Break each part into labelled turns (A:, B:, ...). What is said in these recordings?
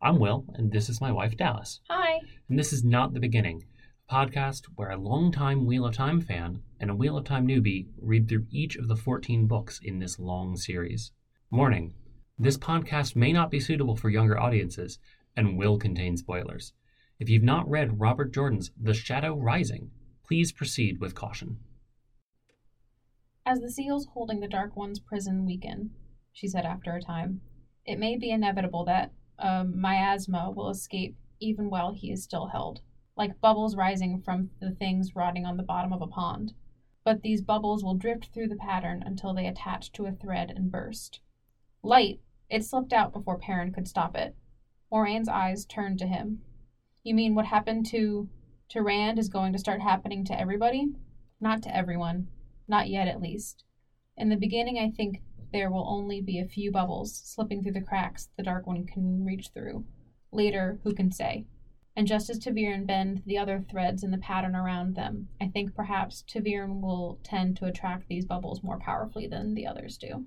A: I'm Will, and this is my wife, Dallas.
B: Hi.
A: And this is Not the Beginning, a podcast where a longtime Wheel of Time fan and a Wheel of Time newbie read through each of the 14 books in this long series. Warning this podcast may not be suitable for younger audiences and will contain spoilers. If you've not read Robert Jordan's The Shadow Rising, please proceed with caution.
B: As the seals holding the Dark One's prison weaken, she said after a time, it may be inevitable that um, miasma will escape even while he is still held, like bubbles rising from the things rotting on the bottom of a pond. But these bubbles will drift through the pattern until they attach to a thread and burst. Light! It slipped out before Perrin could stop it. Moraine's eyes turned to him. You mean what happened to. to Rand is going to start happening to everybody? Not to everyone. Not yet, at least. In the beginning, I think there will only be a few bubbles slipping through the cracks the Dark One can reach through. Later, who can say? And just as Taviran bend the other threads in the pattern around them, I think perhaps Taviran will tend to attract these bubbles more powerfully than the others do.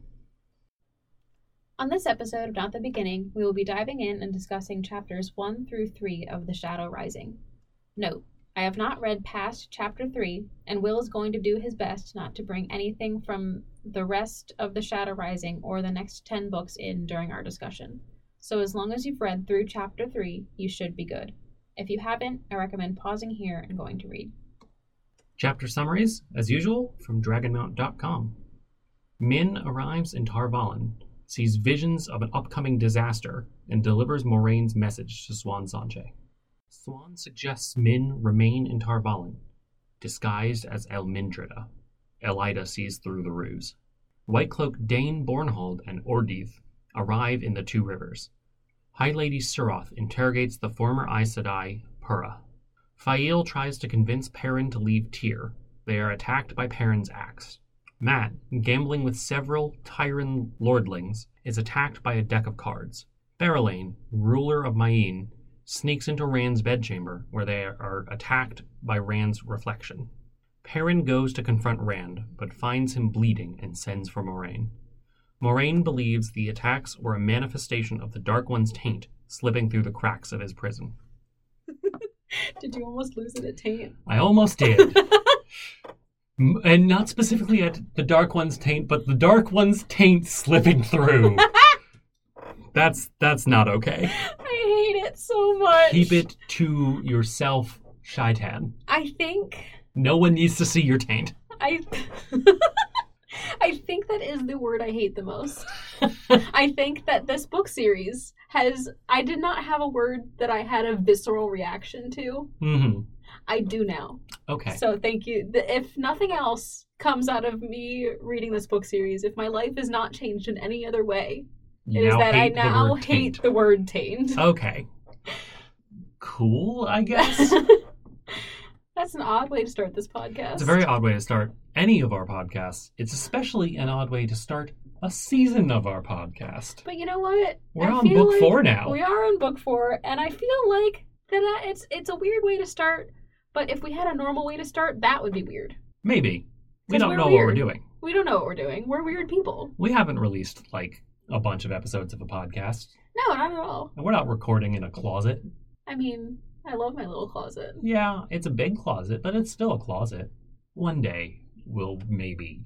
B: On this episode of Not the Beginning, we will be diving in and discussing chapters 1 through 3 of The Shadow Rising. Note, I have not read past chapter 3, and Will is going to do his best not to bring anything from the rest of The Shadow Rising or the next 10 books in during our discussion. So, as long as you've read through chapter 3, you should be good. If you haven't, I recommend pausing here and going to read.
A: Chapter summaries, as usual, from dragonmount.com. Min arrives in Tarvalin, sees visions of an upcoming disaster, and delivers Moraine's message to Swan Sanche. Swan suggests Min remain in Tarvalin, disguised as Elmindrida. Elida sees through the ruse. White Cloak Dane Bornhold and Ordith arrive in the Two Rivers. High Lady Suroth interrogates the former Aes Sedai, Pura. Fael tries to convince Perrin to leave Tyr. They are attacked by Perrin's axe. Matt, gambling with several Tyran lordlings, is attacked by a deck of cards. Berylane, ruler of Maine, sneaks into Rand's bedchamber, where they are attacked by Rand's reflection. Perrin goes to confront Rand, but finds him bleeding and sends for Moraine. Moraine believes the attacks were a manifestation of the Dark One's taint slipping through the cracks of his prison.
B: Did you almost lose it at Taint?
A: I almost did. M- and not specifically at the Dark One's taint, but the Dark One's taint slipping through. that's that's not okay.
B: I hate it so much.
A: Keep it to yourself, Shaitan.
B: I think
A: No one needs to see your taint.
B: I I think that is the word I hate the most. I think that this book series has I did not have a word that I had a visceral reaction to.
A: hmm
B: I do now.
A: Okay.
B: So thank you. Th- If nothing else comes out of me reading this book series, if my life is not changed in any other way, it
A: You
B: is
A: now
B: that I
A: hate the
B: now
A: word
B: hate
A: taint.
B: the word taint.
A: Okay. Cool, I guess.
B: That's an odd way to start this podcast.
A: It's a very odd way to start any of our podcasts. It's especially an odd way to start a season of our podcast.
B: But you know what?
A: We're
B: I
A: on
B: feel
A: book
B: like
A: four now.
B: We are on book four, and I feel like that I- it's it's a weird way to start. But if we had a normal way to start, that would be weird.
A: Maybe. We
B: 'Cause
A: don't
B: we're
A: know what we're
B: weird.
A: doing.
B: We don't know what we're doing. We're weird people.
A: We haven't released like a bunch of episodes of a podcast.
B: No, not at all.
A: And we're not recording in a closet.
B: I mean, I love my little closet.
A: Yeah, it's a big closet, but it's still a closet. One day we'll maybe,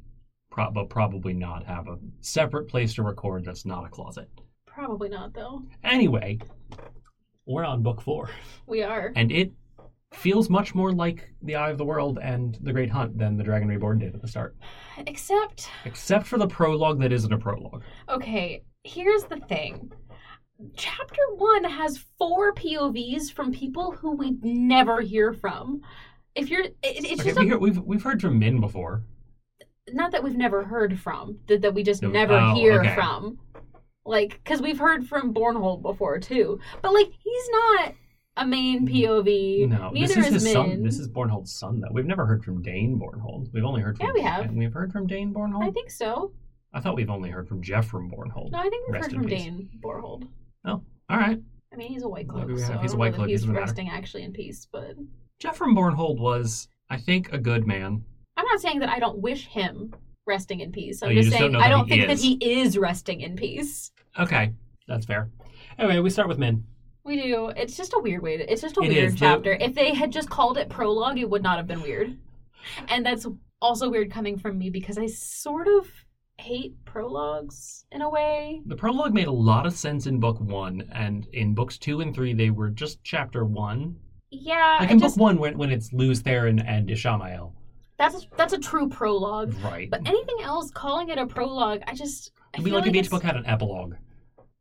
A: pro- but probably not have a separate place to record that's not a closet.
B: Probably not though.
A: Anyway, we're on book four,
B: We are.
A: and it feels much more like The Eye of the World and The Great Hunt than The Dragon Reborn did at the start,
B: Except,
A: except for the prologue that isn't a prologue.
B: okay, here's the thing. Chapter one has four POVs from people who we never hear from. If you're, it, it's
A: Okay,
B: just
A: we
B: a
A: hear, we've we've heard from Min before.
B: not that we've never heard from that, that we just
A: No,
B: never
A: oh,
B: hear
A: okay.
B: from like because we've heard from bornhold before too but like he's not a main pov
A: No,
B: neither
A: this is, his
B: Min.
A: son. This is Bornhold's son, though. We've never heard from Dane Bornhold. We've only heard from
B: Yeah, we have.
A: and We've heard from Dane Bornhold.
B: i think so
A: I thought we've only heard from Jeff from Bornhold.
B: no i think we've
A: Rest
B: heard
A: in
B: from
A: peace.
B: dane bornhold
A: All right.
B: i mean he's a white cloak
A: Maybe we
B: so
A: have-
B: I
A: he's a
B: don't
A: White
B: know that
A: Cloak, it
B: he's
A: doesn't matter.
B: resting actually in peace but
A: Jeff from Bornhold was, I think, a good man.
B: i'm not saying that i don't wish him resting in peace i'm
A: Oh, you
B: just
A: just don't
B: saying
A: know
B: i
A: that
B: don't
A: he
B: think that
A: is.
B: he is resting in peace
A: Okay, that's fair. Anyway, we start with Min.
B: We We do. It's just a weird way. To, it's just a
A: It
B: weird
A: is, the-
B: chapter. If they had just called it prologue, it would not have been weird. And that's also weird coming from me because I sort of hate prologues in a way.
A: The prologue made a lot of sense in book one, and in books two and three, they were just chapter one.
B: Yeah,
A: Like
B: Uh, I
A: in
B: just
A: book one, when, when it's Luz Theron and Ishamael.
B: that's that's a true prologue.
A: Right.
B: But anything else, calling it a prologue, I just I
A: It'd be
B: feel
A: like,
B: like
A: if each
B: it's-
A: book had an epilogue,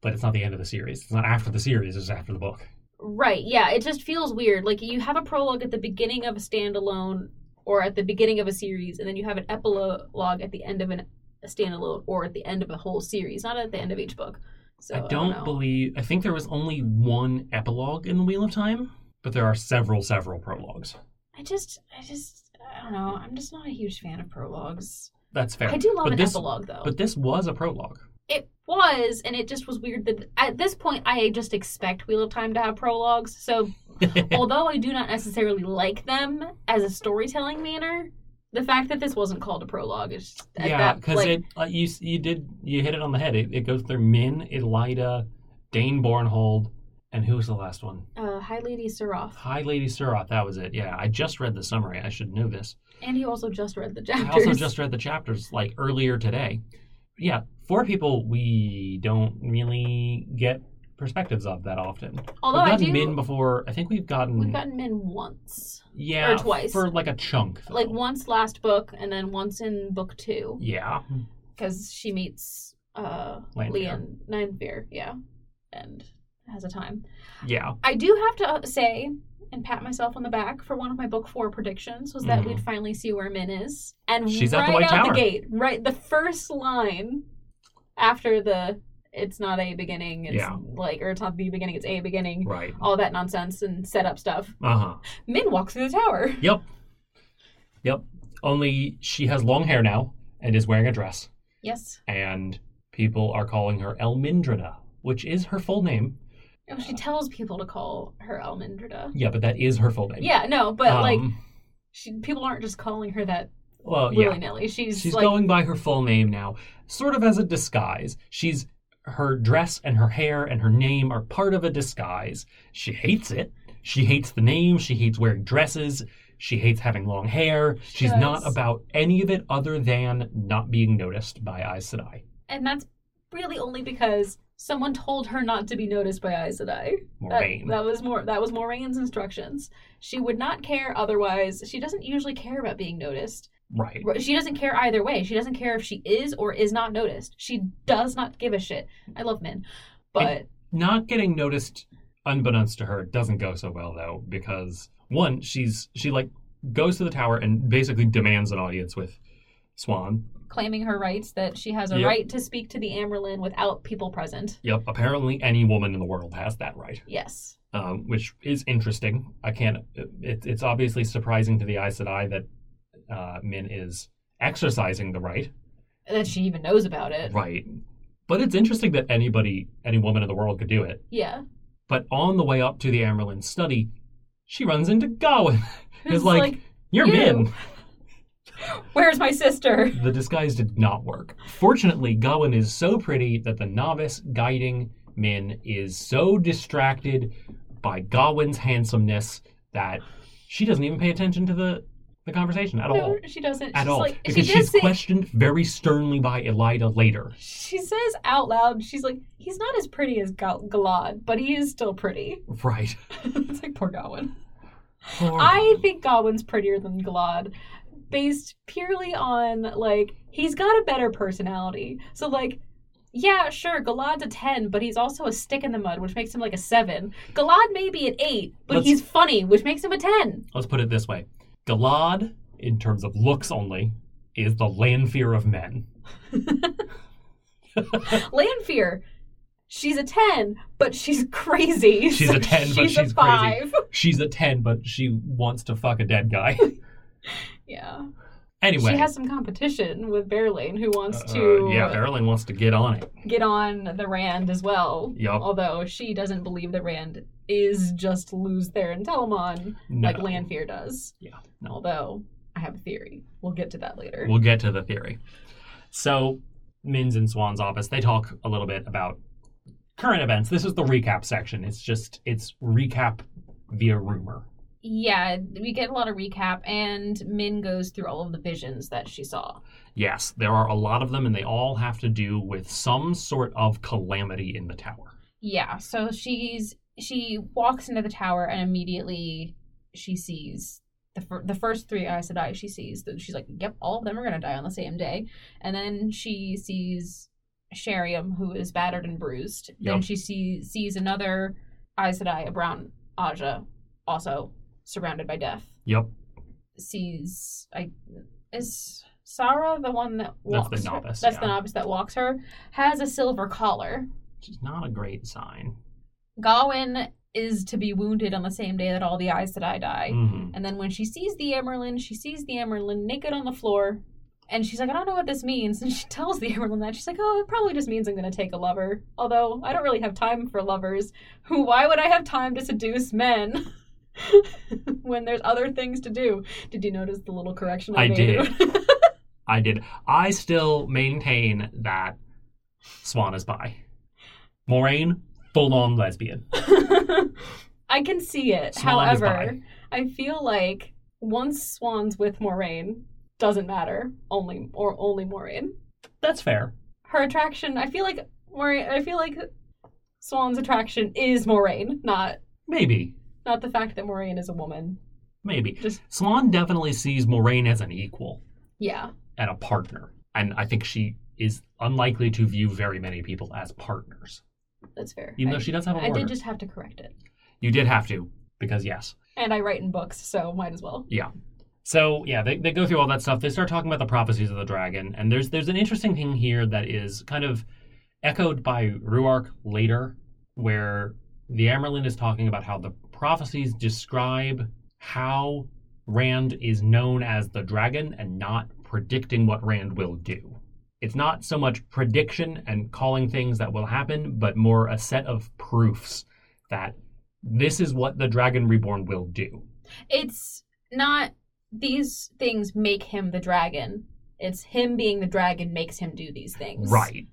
A: but it's not the end of the series. It's not after the series, it's after the book.
B: Right, yeah, it just feels weird. Like you have a prologue at the beginning of a standalone or at the beginning of a series, and then you have an epilogue at the end of an, a standalone or at the end of a whole series, not at the end of each book. So
A: I don't
B: know.
A: believe. I think there was only one epilogue in the Wheel of Time, but there are several, several prologues.
B: I just, I just, I don't know. I'm just not a huge fan of prologues.
A: That's fair.
B: I do love
A: but
B: an
A: this,
B: epilogue though.
A: But this was a prologue.
B: it was, and it just was weird that at this point I just expect Wheel of Time to have prologues. So although I do not necessarily like them as a storytelling manner, the fact that this wasn't called a prologue is just, at
A: yeah,
B: that,
A: because
B: like,
A: it like you s- you did you hit it on the head. It, it goes through Min, Elida, Dane Bornhold, and who was the last one?
B: uh, High Lady Suroff,
A: High Lady Surat. That was it. Yeah, I just read the summary. I should know this.
B: and you also just read the
A: I
B: chapters.
A: also just read the chapters like earlier today. Yeah, for people we don't really get perspectives of that often.
B: although
A: we've
B: I
A: gotten
B: do,
A: Min before. I think we've gotten
B: we've gotten Min once,
A: yeah
B: or twice.
A: for like a chunk. though.
B: like once last book, and then once in book two
A: Yeah,
B: because she meets uh,
A: Lanfear.
B: Leon Ninebeer, yeah, and has a time.
A: yeah.
B: I do have to uh, say and pat myself on the back for one of my book four predictions was that
A: Mhm.
B: we'd finally see where Min is, and
A: She's at
B: right
A: the White
B: out
A: Tower.
B: the gate, right the first line after the "It's not a beginning," it's
A: Yeah.
B: like or "It's not the beginning," it's a beginning,
A: Right.
B: all that nonsense and setup stuff.
A: Uh huh.
B: Min walks through the tower.
A: Yep. Yep. Only she has long hair now and is wearing a dress,
B: Yes,
A: and people are calling her Elmindrina, which is her full name.
B: oh, she tells people to call her Almindrida.
A: Yeah, but that is her full name.
B: Yeah, no, but like
A: Um,
B: she, people aren't just calling her that
A: well,
B: willy
A: yeah.
B: nilly. She's,
A: She's
B: like,
A: going by her full name now, sort of as a disguise. She's her dress and her hair and her name are part of a disguise. She hates it. She hates the name. She hates wearing dresses. She hates having long hair.
B: She
A: She's not
B: does.
A: about any of it other than not being noticed by Aes Sedai.
B: and that's really only because someone told her not to be noticed by Aes Sedai. That,
A: Moraine.
B: that was more. That was Moraine's instructions. She would not care otherwise. She doesn't usually care about being noticed.
A: right.
B: Ro- She doesn't care either way. She doesn't care if she is or is not noticed. She does not give a shit. I love men, but
A: Not getting noticed unbeknownst to her doesn't go so well though because one she's she like goes to the tower and basically demands an audience with Swan.
B: claiming her rights that she has a
A: Yep.
B: right to speak to the Amerlin without people present.
A: Yep, apparently any woman in the world has that right,
B: Yes.
A: um, which is interesting. I can't. It, it's obviously surprising to the Aes Sedai that uh, Min is exercising the right,
B: That she even knows about it.
A: right. But it's interesting that anybody, any woman in the world, could do it.
B: Yeah.
A: But on the way up to the Amerlin study, she runs into Gawain. It's
B: Who's
A: like, You're
B: You.
A: Min.
B: where's my sister?
A: The disguise did not work. Fortunately, Gawain is so pretty that the novice guiding Min is so distracted by Gawain's handsomeness that she doesn't even pay attention to the, the conversation at all.
B: No, she doesn't.
A: At
B: she's
A: all.
B: like,
A: because
B: she
A: she's
B: does say,
A: questioned very sternly by Elida later.
B: She says out loud, she's like, he's not as pretty as Gal- Galad, but he is still pretty.
A: Right.
B: it's like, poor Gawain.
A: Poor
B: I
A: Gawain.
B: think Gawain's prettier than Galad, based purely on, like, he's got a better personality. So, like, yeah, sure, Galad's a 10, but he's also a stick in the mud, which makes him like a 7. Galad may be an 8, but
A: Let's-
B: he's funny, which makes him a 10.
A: Let's put it this way Galad, in terms of looks only, is the Lanfear of men.
B: Lanfear, she's a 10, but she's crazy.
A: She's
B: so
A: a 10, but she's crazy.
B: a 5.
A: She's a 10, but she wants to fuck a dead guy.
B: Yeah.
A: anyway.
B: She has some competition with Berlane, who wants
A: Uh,
B: to
A: yeah, Erling wants to get on it.
B: get on the Rand as well.
A: Yup.
B: Although she doesn't believe the Rand is just Luz Theron Telamon,
A: No.
B: like Lanfear does.
A: Yeah, no.
B: Although I have a theory. We'll get to that later.
A: We'll get to the theory. So, Min's in Swan's office. They talk a little bit about current events. This is the recap section. It's just it's recap via rumor.
B: Yeah, we get a lot of recap, and Min goes through all of the visions that she saw.
A: Yes, there are a lot of them, and they all have to do with some sort of calamity in the tower.
B: Yeah, so she's she walks into the tower, and immediately she sees the fir- the first three Aes Sedai she sees. That she's like, "Yep, all of them are gonna die on the same day," and then she sees Sharium, who is battered and bruised. Then
A: Yep.
B: she sees sees another Aes Sedai, a brown Aja, also surrounded by death.
A: Yep,
B: sees I is Sarah the one that
A: That's
B: walks
A: the novice,
B: Her, that's the
A: yeah.
B: novice that walks her. Has a silver collar.
A: which is not a great sign.
B: Gawain is to be wounded on the same day that all the eyes that I die.
A: Mhm.
B: And then when she sees the Emerlin, she sees the Emerlin naked on the floor. And she's like, I don't know what this means. And she tells the Emerlin that. She's like, oh, it probably just means I'm going to take a lover. Although, I don't really have time for lovers. Why would I have time to seduce men when there's other things to do? Did you notice the little correction I,
A: I
B: made?
A: did. I did. I still maintain that Swan is bi. Moraine, full on lesbian.
C: I can see it.
A: Swan is
C: However,
A: bi.
C: I feel like once Swan's with Moraine, doesn't matter. Only or only Moraine.
A: That's fair.
C: Her attraction. I feel like Moraine. I feel like Swan's attraction is Moraine, not
A: Maybe.
C: not the fact that Moraine is a woman.
A: Maybe.
C: Just-
A: Swan definitely sees Moraine as an equal
C: Yeah.
A: and a partner. And I think she is unlikely to view very many people as partners.
C: That's fair.
A: Even
C: I,
A: though she does have a
C: I
A: warder.
C: did just have to correct it.
A: You did have to, because yes.
C: And I write in books, so might as well.
A: So yeah, they, they go through all that stuff. They start talking about the prophecies of the dragon, and there's there's an interesting thing here that is kind of echoed by Ruark later, where the Amerlin is talking about how the prophecies describe how Rand is known as the dragon and not predicting what Rand will do. It's not so much prediction and calling things that will happen, but more a set of proofs that this is what the dragon reborn will do.
B: It's not these things make him the dragon. It's him being the dragon makes him do these things.
A: Right.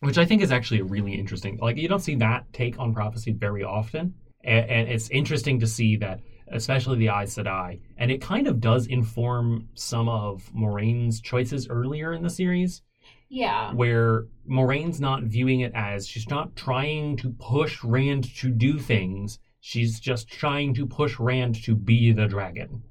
A: Which I think is actually really interesting. Like, you don't see that take on prophecy very often. And, and it's interesting to see that, especially the Aes Sedai. And it kind of does inform some of Moraine's choices earlier in the series,
B: Yeah.
A: where Moraine's not viewing it as she's not trying to push Rand to do things. She's just trying to push Rand to be the dragon.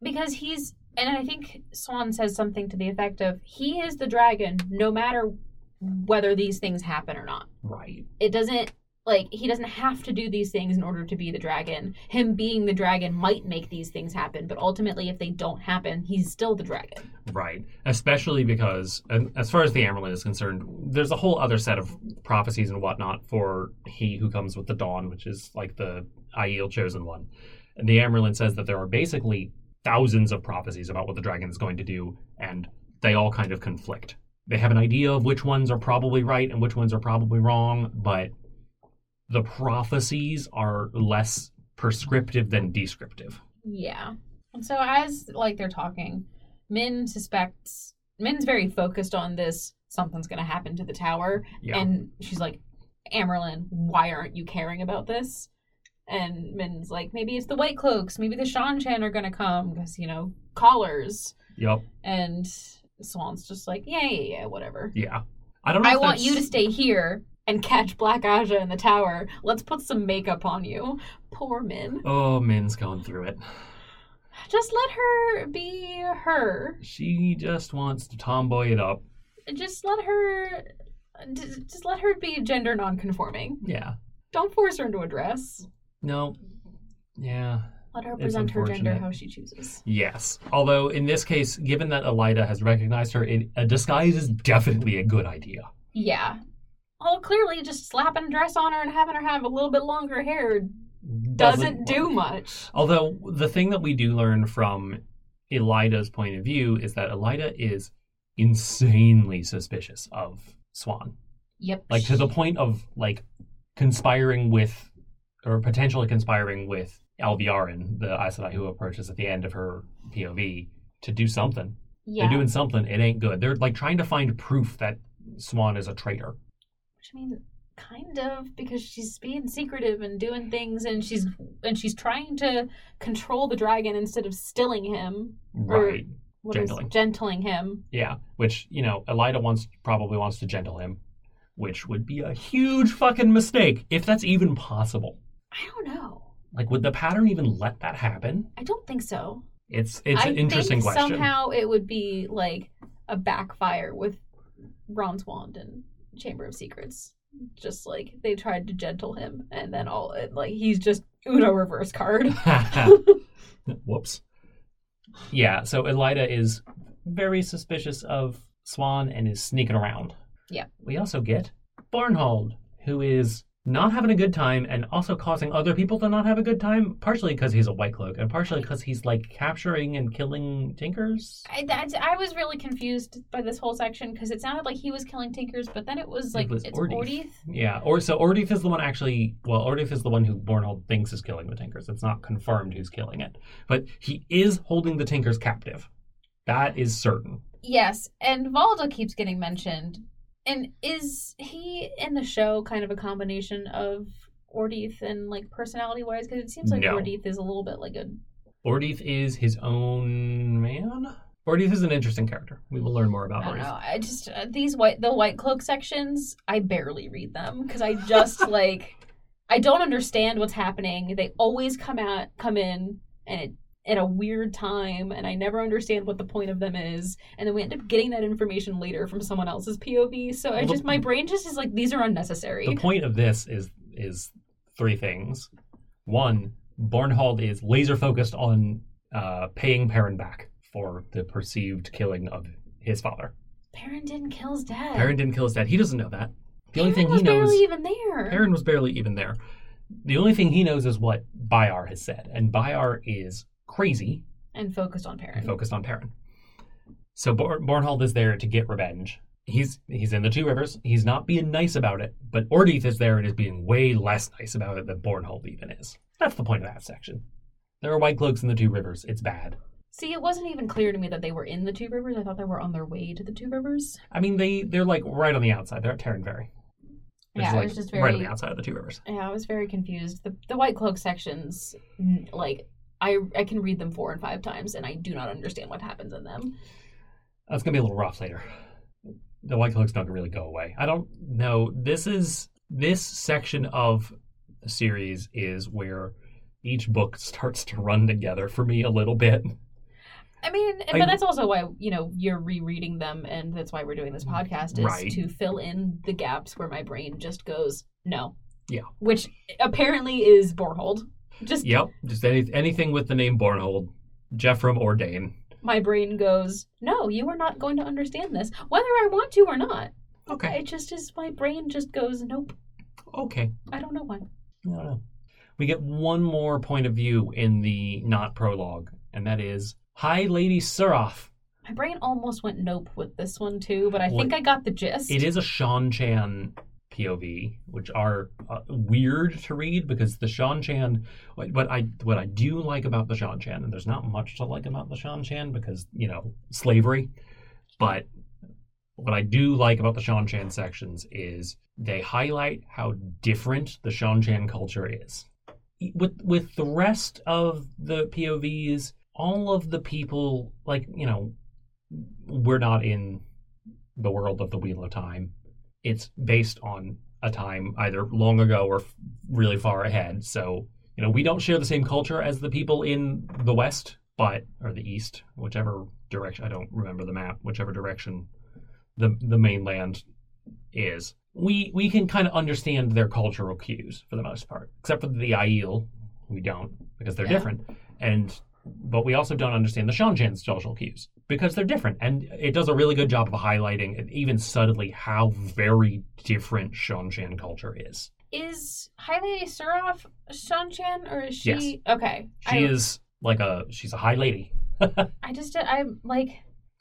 B: Because he's and I think Swan says something to the effect of he is the dragon no matter whether these things happen or not.
A: Right.
B: It doesn't like he doesn't have to do these things in order to be the dragon. Him being the dragon might make these things happen, but ultimately if they don't happen, he's still the dragon.
A: Right. Especially because, and as far as the Amerlin is concerned, there's a whole other set of prophecies and whatnot for He Who Comes with the Dawn, which is like the Aiel Chosen One. And the Amerlin says that there are basically thousands of prophecies about what the dragon is going to do, and they all kind of conflict. They have an idea of which ones are probably right and which ones are probably wrong, but the prophecies are less prescriptive than descriptive.
B: Yeah. And so as like they're talking, Min suspects Min's very focused on this something's going to happen to the tower
A: Yeah.
B: And she's like, Amerlin, why aren't you caring about this? And Min's like, maybe it's the White Cloaks. Maybe the Shan Chan are going to come because, you know, collars.
A: yep.
B: And Swan's just like, yeah, yeah, yeah, whatever.
A: Yeah. I don't know
B: I
A: if
B: want
A: that's-
B: you to stay here
C: And catch Black Aja in the tower. Let's put some makeup on you. Poor Min.
A: Oh, Min's going through it.
C: Just let her be her.
A: She just wants to tomboy it up.
C: just let her d- just let her be gender nonconforming.
A: Yeah.
C: Don't force her into a dress.
A: No. Yeah.
C: Let her
A: It's
C: present her gender
A: unfortunate.
C: how she chooses.
A: Yes. Although in this case, given that Elida has recognized her, it, a disguise is definitely a good idea.
C: Yeah. Well, clearly, just slapping a dress on her and having her have a little bit longer hair doesn't, do
A: work.
C: much.
A: Although the thing that we do learn from Elida's point of view is that Elida is insanely suspicious of Swan.
B: Yep.
A: like to the point of like conspiring with or potentially conspiring with Alviarin, the Aes Sedai who approaches at the end of her POV to do something.
B: yeah.
A: They're doing something. It ain't good. They're like trying to find proof that Swan is a traitor.
B: Which, I mean, kind of because she's being secretive and doing things and she's and she's trying to control the dragon instead of stilling him
A: Right.
B: what is-
A: Gentling.
B: gentling him
A: Yeah. Which, you know, Elida wants probably wants to gentle him, which would be a huge fucking mistake if that's even possible.
B: i don't know
A: Like would the pattern even let that happen?
B: i don't think so
A: It's it's
B: I
A: an interesting
B: think
A: question.
B: somehow it would be like a backfire with ron's wand and chamber of secrets just like they tried to gentle him and then all and, like he's just uno reverse card
A: Whoops. Yeah, so Elida is very suspicious of Swan and is sneaking around.
B: Yeah.
A: We also get Barnhold, who is not having a good time and also causing other people to not have a good time, partially because he's a White Cloak and partially because he's like capturing and killing Tinkers.
D: I, that's, I was really confused by this whole section because it sounded like he was killing Tinkers, but then it was like
A: was
D: it's
A: Ordith.
D: Ordith.
A: Yeah, or so Ordith is the one actually. Well, Ordith is the one who Barnhold thinks is killing the Tinkers. It's not confirmed who's killing it, but he is holding the Tinkers captive. That is certain.
D: Yes, and Valda keeps getting mentioned. And is he in the show kind of a combination of Ordith and like personality wise? Because it seems like
A: No.
D: Ordith is a little bit like a
A: Ordith is his own man. Ordith is an interesting character. We will learn more about
D: I don't
A: Ordith.
D: know. I just uh, these white the white cloak sections. I barely read them because I just like I don't understand what's happening. They always come out come in and it at a weird time, and I never understand what the point of them is. And then we end up getting that information later from someone else's POV. So I
A: Well, the-
D: just my brain just is like these are
A: The
D: unnecessary.
A: point of this is is three things. One, Barnhold is laser focused on uh, paying Perrin back for the perceived killing of his father.
D: Perrin didn't kill his dad.
A: Perrin didn't kill his dad. He doesn't know that. The only
D: Perrin
A: thing
D: was
A: he knows
D: barely even there.
A: Perrin was barely even there. The only thing he knows is what Bayar has said, and Bayar is crazy
D: and focused on Perrin.
A: and focused on Perrin. So Bor- Bornhold is there to get revenge. He's he's in the Two Rivers. He's not being nice about it, but Ordith is there and is being way less nice about it than Bornhold even is. That's the point of that section. There are white cloaks in the Two Rivers. It's bad.
B: see it wasn't even clear to me that they were in the two rivers i thought they were on their way to the two rivers
A: I mean, they they're like right on the outside. They're at Terran Ferry. Which
B: Yeah,
A: is
B: it
A: like
B: was just
A: right on
B: very-
A: the outside of the Two Rivers.
B: yeah i was very confused the, the white cloak sections n- like I, I can read them four and five times and i do not understand what happens in them
A: That's gonna be a little rough later. The white cloaks don't really go away. I don't know. This is this section of the series is where each book starts to run together for me a little bit.
B: I mean,
A: I-
B: but that's also why you know you're rereading them, and that's why we're doing this podcast is
A: Right.
B: to fill in the gaps where my brain just goes no.
A: Yeah.
B: Which apparently is Borhold. Just
A: Yep, just any, anything with the name Bornhold, Jeffrem or Dane.
B: my brain goes no. You are not going to understand this, whether I want to or not.
A: Okay,
B: It just is. My brain just goes nope.
A: okay.
B: I don't know why.
A: I don't know. We get one more point of view in the not prologue, and that is High Lady Suroff.
B: My brain almost went nope with this one too, but I
A: What-
B: think I got the gist.
A: It is a Sean Chan POV, which are uh, weird to read because the Sean Chan. What, what I what I do like about the Sean Chan, and there's not much to like about the Sean Chan because you know slavery, but what I do like about the Sean Chan sections is they highlight how different the Sean Chan culture is. E, With with the rest of the POVs, all of the people like you know, we're not in the world of the Wheel of Time. It's based on a time either long ago or f- really far ahead. So, you know, we don't share the same culture as the people in the West, but, or the East, whichever direction, I don't remember the map, whichever direction the, the mainland is. We, we can kind of understand their cultural cues for the most part, except for the Aiel, we don't because they're
B: Yeah.
A: different. And, but we also don't understand the Shanchan's social cues because they're different and it does a really good job of highlighting and even subtly how very different Shanchan culture is
D: Is High Lady Suroff Sean Chan or is she
A: Yes.
D: okay?
A: she
D: I,
A: is like a she's a high lady
D: I just I'm like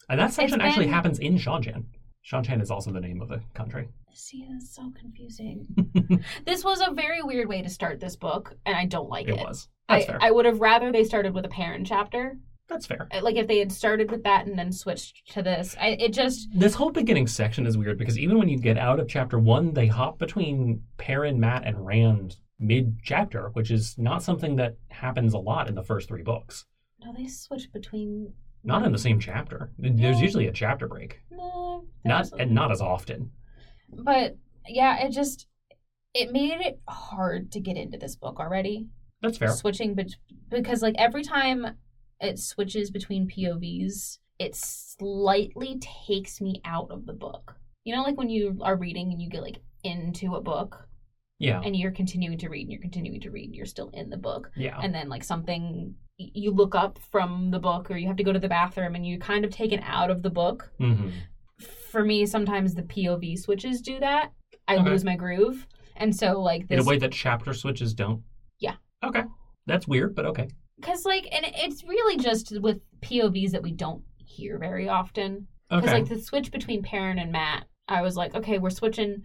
A: and that section
D: It's
A: actually
D: been-
A: happens in Shanchan Shanchan is also the name of the country
D: See, that's so confusing. this was a very weird way to start this book, and I don't like it.
A: it was that's
B: I,
A: fair
B: I would have rather they started with a parent chapter Uh,
A: That's fair.
B: Like if they had started with that and then switched to this, I, it just
A: This whole beginning section is weird because even when you get out of chapter one, they hop between Perrin, Matt, and Rand mid chapter, which is not something that happens a lot in the first three books.
B: no, they switched between
A: Not in the same chapter. There's
B: No.
A: usually a chapter break.
B: no, that
A: Not
B: wasn't-
A: and not as often.
D: But yeah, it just it made it hard to get into this book already.
A: That's fair.
D: Switching bet- because like every time it switches between POVs, it slightly takes me out of the book.
B: You know, like when you are reading and you get like into a book
A: Yeah.
B: and you're continuing to read and you're continuing to read and you're still in the book.
A: Yeah.
B: and then like something y- you look up from the book or you have to go to the bathroom and you kind of taken out of the book
A: hmm
B: for me sometimes the pov switches do that i
A: Okay.
B: lose my groove and so like
A: In a
B: this
A: way that chapter switches don't.
B: Yeah.
A: Okay. That's weird, but okay.
B: because like and it's really just with povs that we don't hear very often because
A: Okay.
B: like the switch between Perrin and matt i was like okay we're switching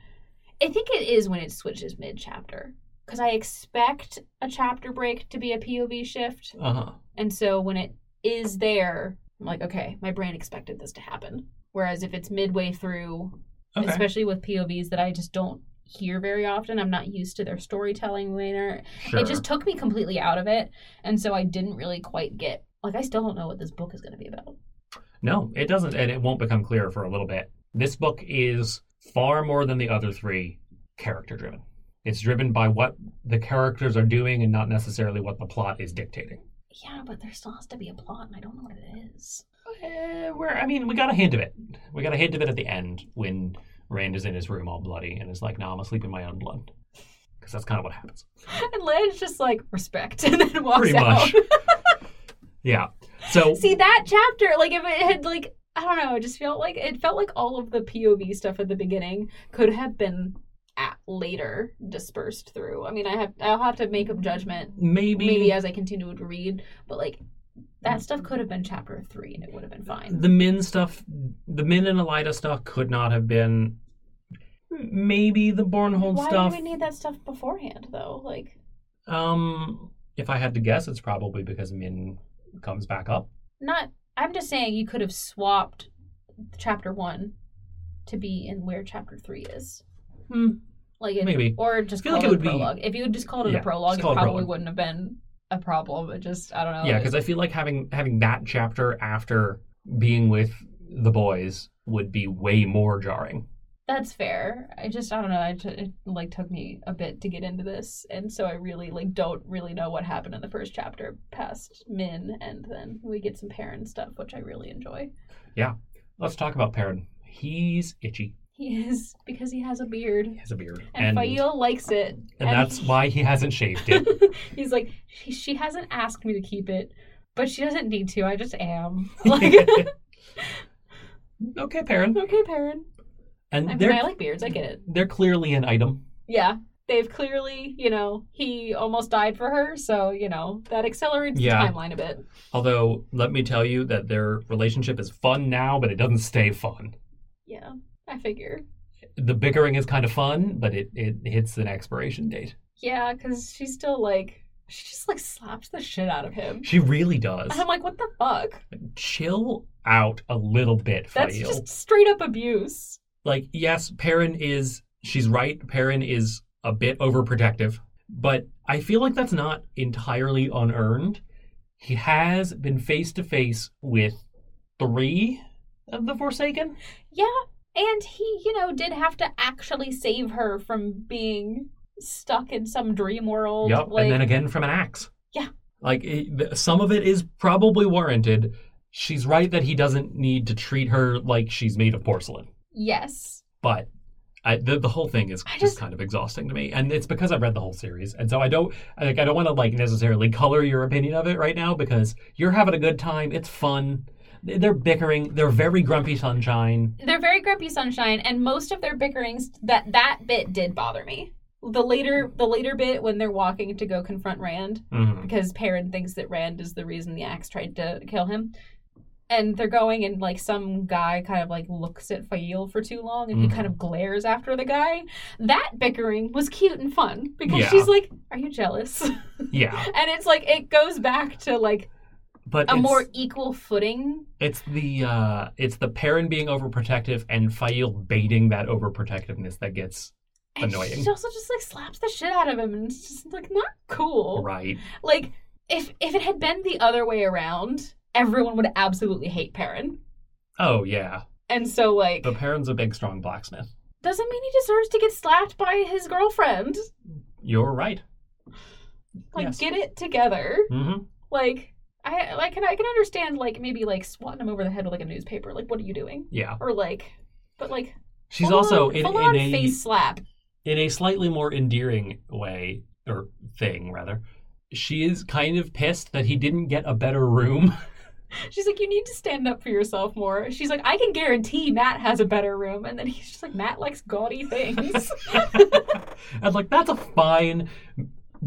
B: i think it is when it switches mid chapter because i expect a chapter break to be a pov shift
A: uh huh.
B: And so when it is there, I'm like, okay, my brain expected this to happen. Whereas if it's midway through,
A: Okay.
B: especially with POVs that I just don't hear very often, I'm not used to their storytelling manner.
A: sure.
B: It just took me completely out of it. And so I didn't really quite get, like, I still don't know what this book is going to be about.
A: No, it doesn't, and it won't become clear for a little bit. This book is far more than the other three character driven. It's driven by what the characters are doing and not necessarily what the plot is dictating.
B: Yeah, but there still has to be a plot, and I don't know what it is.
A: Eh, we're, I mean, we got a hint of it. We got a hint of it at the end when Rand is in his room all bloody and is like, no, I'm asleep in my own blood. Because that's kind of what happens.
B: And Ledge just like respect and then walks
A: Pretty
B: out.
A: much. yeah. So,
B: See that chapter, like if it had like I don't know, it just felt like it felt like all of the POV stuff at the beginning could have been at later dispersed through. I mean, I have I'll have to make a judgment
A: maybe,
B: maybe as I continue to read, but like that stuff could have been chapter three and it would have been fine.
A: the Min stuff, the Min and Elida stuff could not have been. Maybe the Bornhold
B: Why
A: stuff.
B: do we need that stuff beforehand though? Like
A: Um, if I had to guess, it's probably because Min comes back up.
B: not. I'm just saying you could have swapped chapter one to be in where chapter three is.
A: Hmm.
B: Like it,
A: Maybe.
B: or just
A: I feel
B: call
A: like it
B: it,
A: would
B: a
A: be-
B: prologue. If you had just called it
A: Yeah,
B: a
A: just
B: prologue, it
A: call it a
B: probably
A: prologue.
B: wouldn't have been a problem. It just I don't know.
A: Yeah, because I feel like having having that chapter after being with the boys would be way more jarring.
B: that's fair. I just I don't know. I ju- it like took me a bit to get into this, and so I really like don't really know what happened in the first chapter past Min, and then we get some parent stuff, which I really enjoy.
A: Let's talk about Perrin. He's itchy.
B: He is because he has a beard,
A: He has a beard,
B: and, Fael likes it,
A: and that's
B: he-
A: why he hasn't shaved it.
B: He's like, she, she hasn't asked me to keep it, but she doesn't need to. I just am. Like,
A: okay, Perrin.
B: okay, Perrin.
A: And
B: I mean,
A: they're
B: I like beards. I get it.
A: they're clearly an item.
B: Yeah. They've clearly, you know, he almost died for her, so, you know, that accelerates
A: Yeah.
B: the timeline a bit.
A: Although, let me tell you that their relationship is fun now, but it doesn't stay fun.
B: Yeah. I figure.
A: The bickering is kind of fun, but it, it hits an expiration date.
B: Yeah, because she's still like, she just like slaps the shit out of him.
A: She really does.
B: And I'm like, what the fuck?
A: chill out a little bit for
B: That's
A: you.
B: just straight up abuse.
A: Like, yes, Perrin is, she's right. Perrin is a bit overprotective, but I feel like that's not entirely unearned. He has been face to face with three of the Forsaken.
B: Yeah. And he, you know, did have to actually save her from being stuck in some dream world.
A: Yep.
B: Like,
A: and then again from an axe.
B: Yeah.
A: Like, it, th- some of it is probably warranted. She's right that he doesn't need to treat her like she's made of porcelain.
B: yes.
A: but I, the the whole thing is
B: I
A: just,
B: just-
A: kind of exhausting to me, and it's because I've read the whole series, and so I don't I, like I don't want to like necessarily color your opinion of it right now because you're having a good time, it's fun. They're bickering, they're very grumpy sunshine.
B: they're very grumpy sunshine and most of their bickerings that that bit did bother me the later the later bit when they're walking to go confront rand
A: Mm-hmm.
B: because perrin thinks that rand is the reason the axe tried to kill him and they're going and like some guy kind of like looks at Fael for too long and
A: Mhm.
B: he kind of glares after the guy that bickering was cute and fun because
A: Yeah.
B: she's like are you jealous and
A: Yeah,
B: it's like it goes back to like
A: but
B: a
A: it's,
B: more equal footing.
A: it's the uh, it's the parent being overprotective and Fail baiting that overprotectiveness that gets
B: And
A: Annoying.
B: She also just like slaps the shit out of him, and it's just like not cool.
A: right.
B: Like if if it had been the other way around, everyone would absolutely hate Perrin.
A: Oh yeah,
B: And so like
A: but Perrin's a big, strong blacksmith.
B: doesn't mean he deserves to get slapped by his girlfriend.
A: You're right.
B: Like
A: Yes.
B: get it together.
A: Mm-hmm.
B: Like I like can I can understand like maybe like swatting him over the head with like a newspaper. Like what are you doing?
A: Yeah,
B: Or like but like
A: she's
B: full
A: also
B: on,
A: in,
B: full
A: in
B: on
A: a
B: face slap.
A: in a slightly more endearing way or thing rather. She is kind of pissed that he didn't get a better room.
B: She's like, you need to stand up for yourself more. She's like, I can guarantee Matt has a better room. And then he's just like, Matt likes gaudy things.
A: and like that's a fine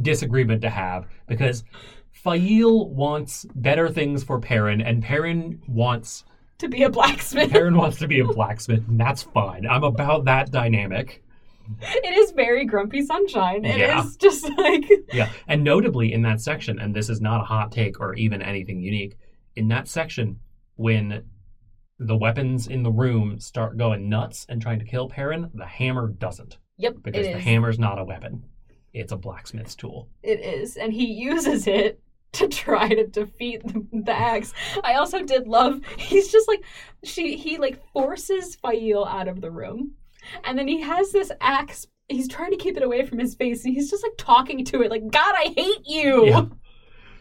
A: disagreement to have because Fail wants better things for Perrin, and Perrin wants
B: to be a blacksmith.
A: Perrin wants to be a blacksmith, and that's fine. I'm about that dynamic.
B: It is very grumpy sunshine. It is
A: Yeah.
B: just like
A: Yeah. And notably in that section, and this is not a hot take or even anything unique, in that section, when the weapons in the room start going nuts and trying to kill Perrin, the hammer doesn't.
B: Yep,
A: Because
B: it
A: the
B: is.
A: hammer's not a weapon. It's a blacksmith's tool.
B: it is. And he uses it to try to defeat the, the axe. I also did love he's just like she he like forces Fail out of the room. And then he has this axe he's trying to keep it away from his face and he's just like talking to it like god i hate you
A: Yeah.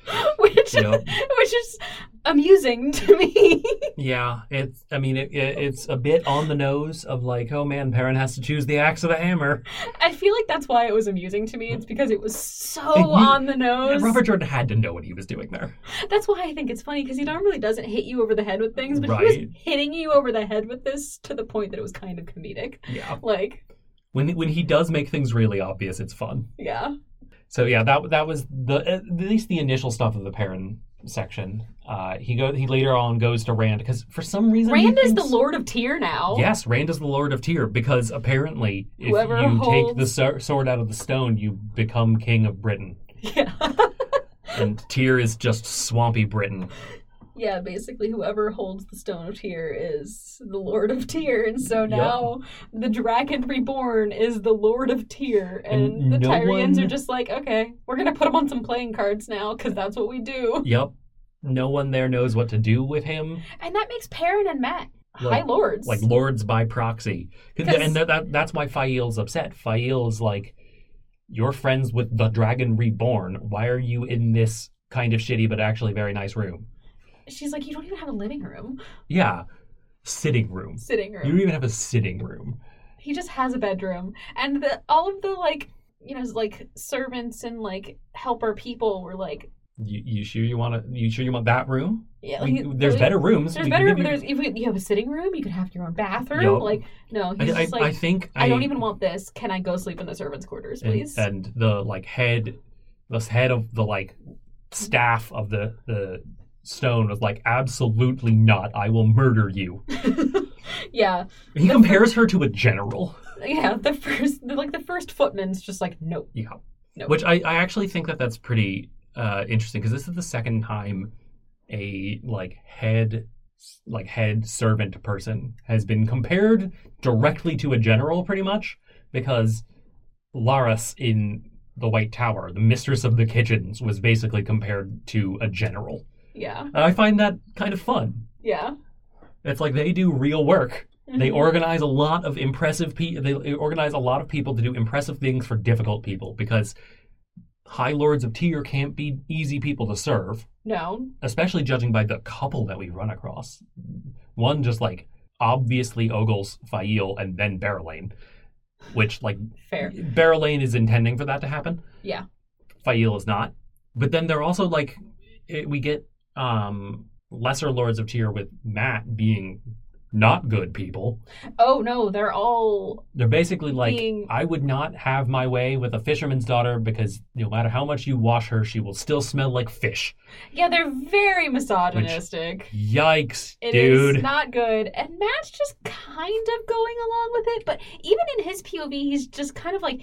B: which
A: Yep.
B: which is amusing to me.
A: Yeah, it's. I mean, it, it, it's a bit on the nose of like, oh man, Perrin has to choose the axe or the hammer.
B: I feel like that's why it was amusing to me. It's because it was so
A: And you-
B: on the nose.
A: Robert Jordan had to know what he was doing there.
B: That's why I think it's funny because he normally doesn't hit you over the head with things, but he
A: Right.
B: was hitting you over the head with this to the point that it was kind of comedic.
A: Yeah,
B: Like,
A: when when he does make things really obvious, it's fun.
B: yeah,
A: So yeah, that that was the at least the initial stuff of the Perrin section. Uh, he go he later on goes to Rand because for some reason he
B: Rand is the
A: thinks-
B: Lord of Tear now.
A: Yes, Rand is the Lord of Tyr because apparently, if
B: Whoever
A: you take
B: holds-
A: the so- sword out of the stone, you become king of Britain,
B: yeah,
A: and Tyr is just swampy Britain.
B: Yeah, Basically, whoever holds the Stone of Tear is the Lord of Tear, and so
A: Yep.
B: now the Dragon Reborn is the Lord of Tear, and,
A: And
B: the
A: no
B: Tyrians
A: one-
B: are just like, okay, we're gonna put him on some playing cards now because that's what we do,
A: Yep, no one there knows what to do with him.
B: and that makes Perrin and Matt
A: Like-
B: High Lords.
A: like lords by proxy. 'Cause-
B: 'Cause-
A: And that, that, that's why Fael's upset. Fael's like, you're friends with the dragon reborn. Why are you in this kind of shitty but actually very nice room?
B: She's like, you don't even have a living room,
A: Yeah, sitting room.
B: sitting room.
A: You don't even have a sitting room.
B: he just has a bedroom and the all of the like you know like servants and like helper people were like
A: You, you sure you want to? You sure you want that room?
B: yeah
A: We-
B: like,
A: there's
B: like,
A: better rooms.
B: there's
A: We can
B: better
A: give you-
B: there's if you you have a sitting room you can have your own bathroom
A: Yup.
B: like no he's
A: I, I,
B: just like I,
A: I think
B: don't even want this can i go sleep in the servants quarters
A: and-
B: please
A: And, the like head, the head of the like staff of the the stone was like, absolutely not. I will murder you.
B: yeah
A: He compares her to a general.
B: yeah the first the, like the first footman's just like nope
A: Yeah.
B: Nope.
A: Which I, I actually think that that's pretty uh, interesting because this is the second time a like head like head servant person has been compared directly to a general pretty much because Laris in the White Tower, the mistress of the kitchens, was basically compared to a general.
B: yeah
A: And I find that kind of fun.
B: yeah
A: It's like they do real work. They
B: Mhm.
A: organize a lot of impressive people. They organize a lot of people to do impressive things for difficult people because high lords of tier can't be easy people to serve,
B: no
A: especially judging by the couple that we run across. One just like obviously ogles Fail and then Barrelane, which like
B: fair
A: Barrelane is intending for that to happen.
B: Yeah.
A: Fail is not. But then they're also like it, we get um lesser lords of tier with Matt being not good people.
B: oh no they're all
A: They're basically like,
B: Being-
A: I would not have my way with a fisherman's daughter because no matter how much you wash her, she will still smell like fish.
B: yeah they're very misogynistic
A: Yikes,
B: It is
A: dude.
B: not good. And Matt's just kind of going along with it, but even in his POV, he's just kind of like,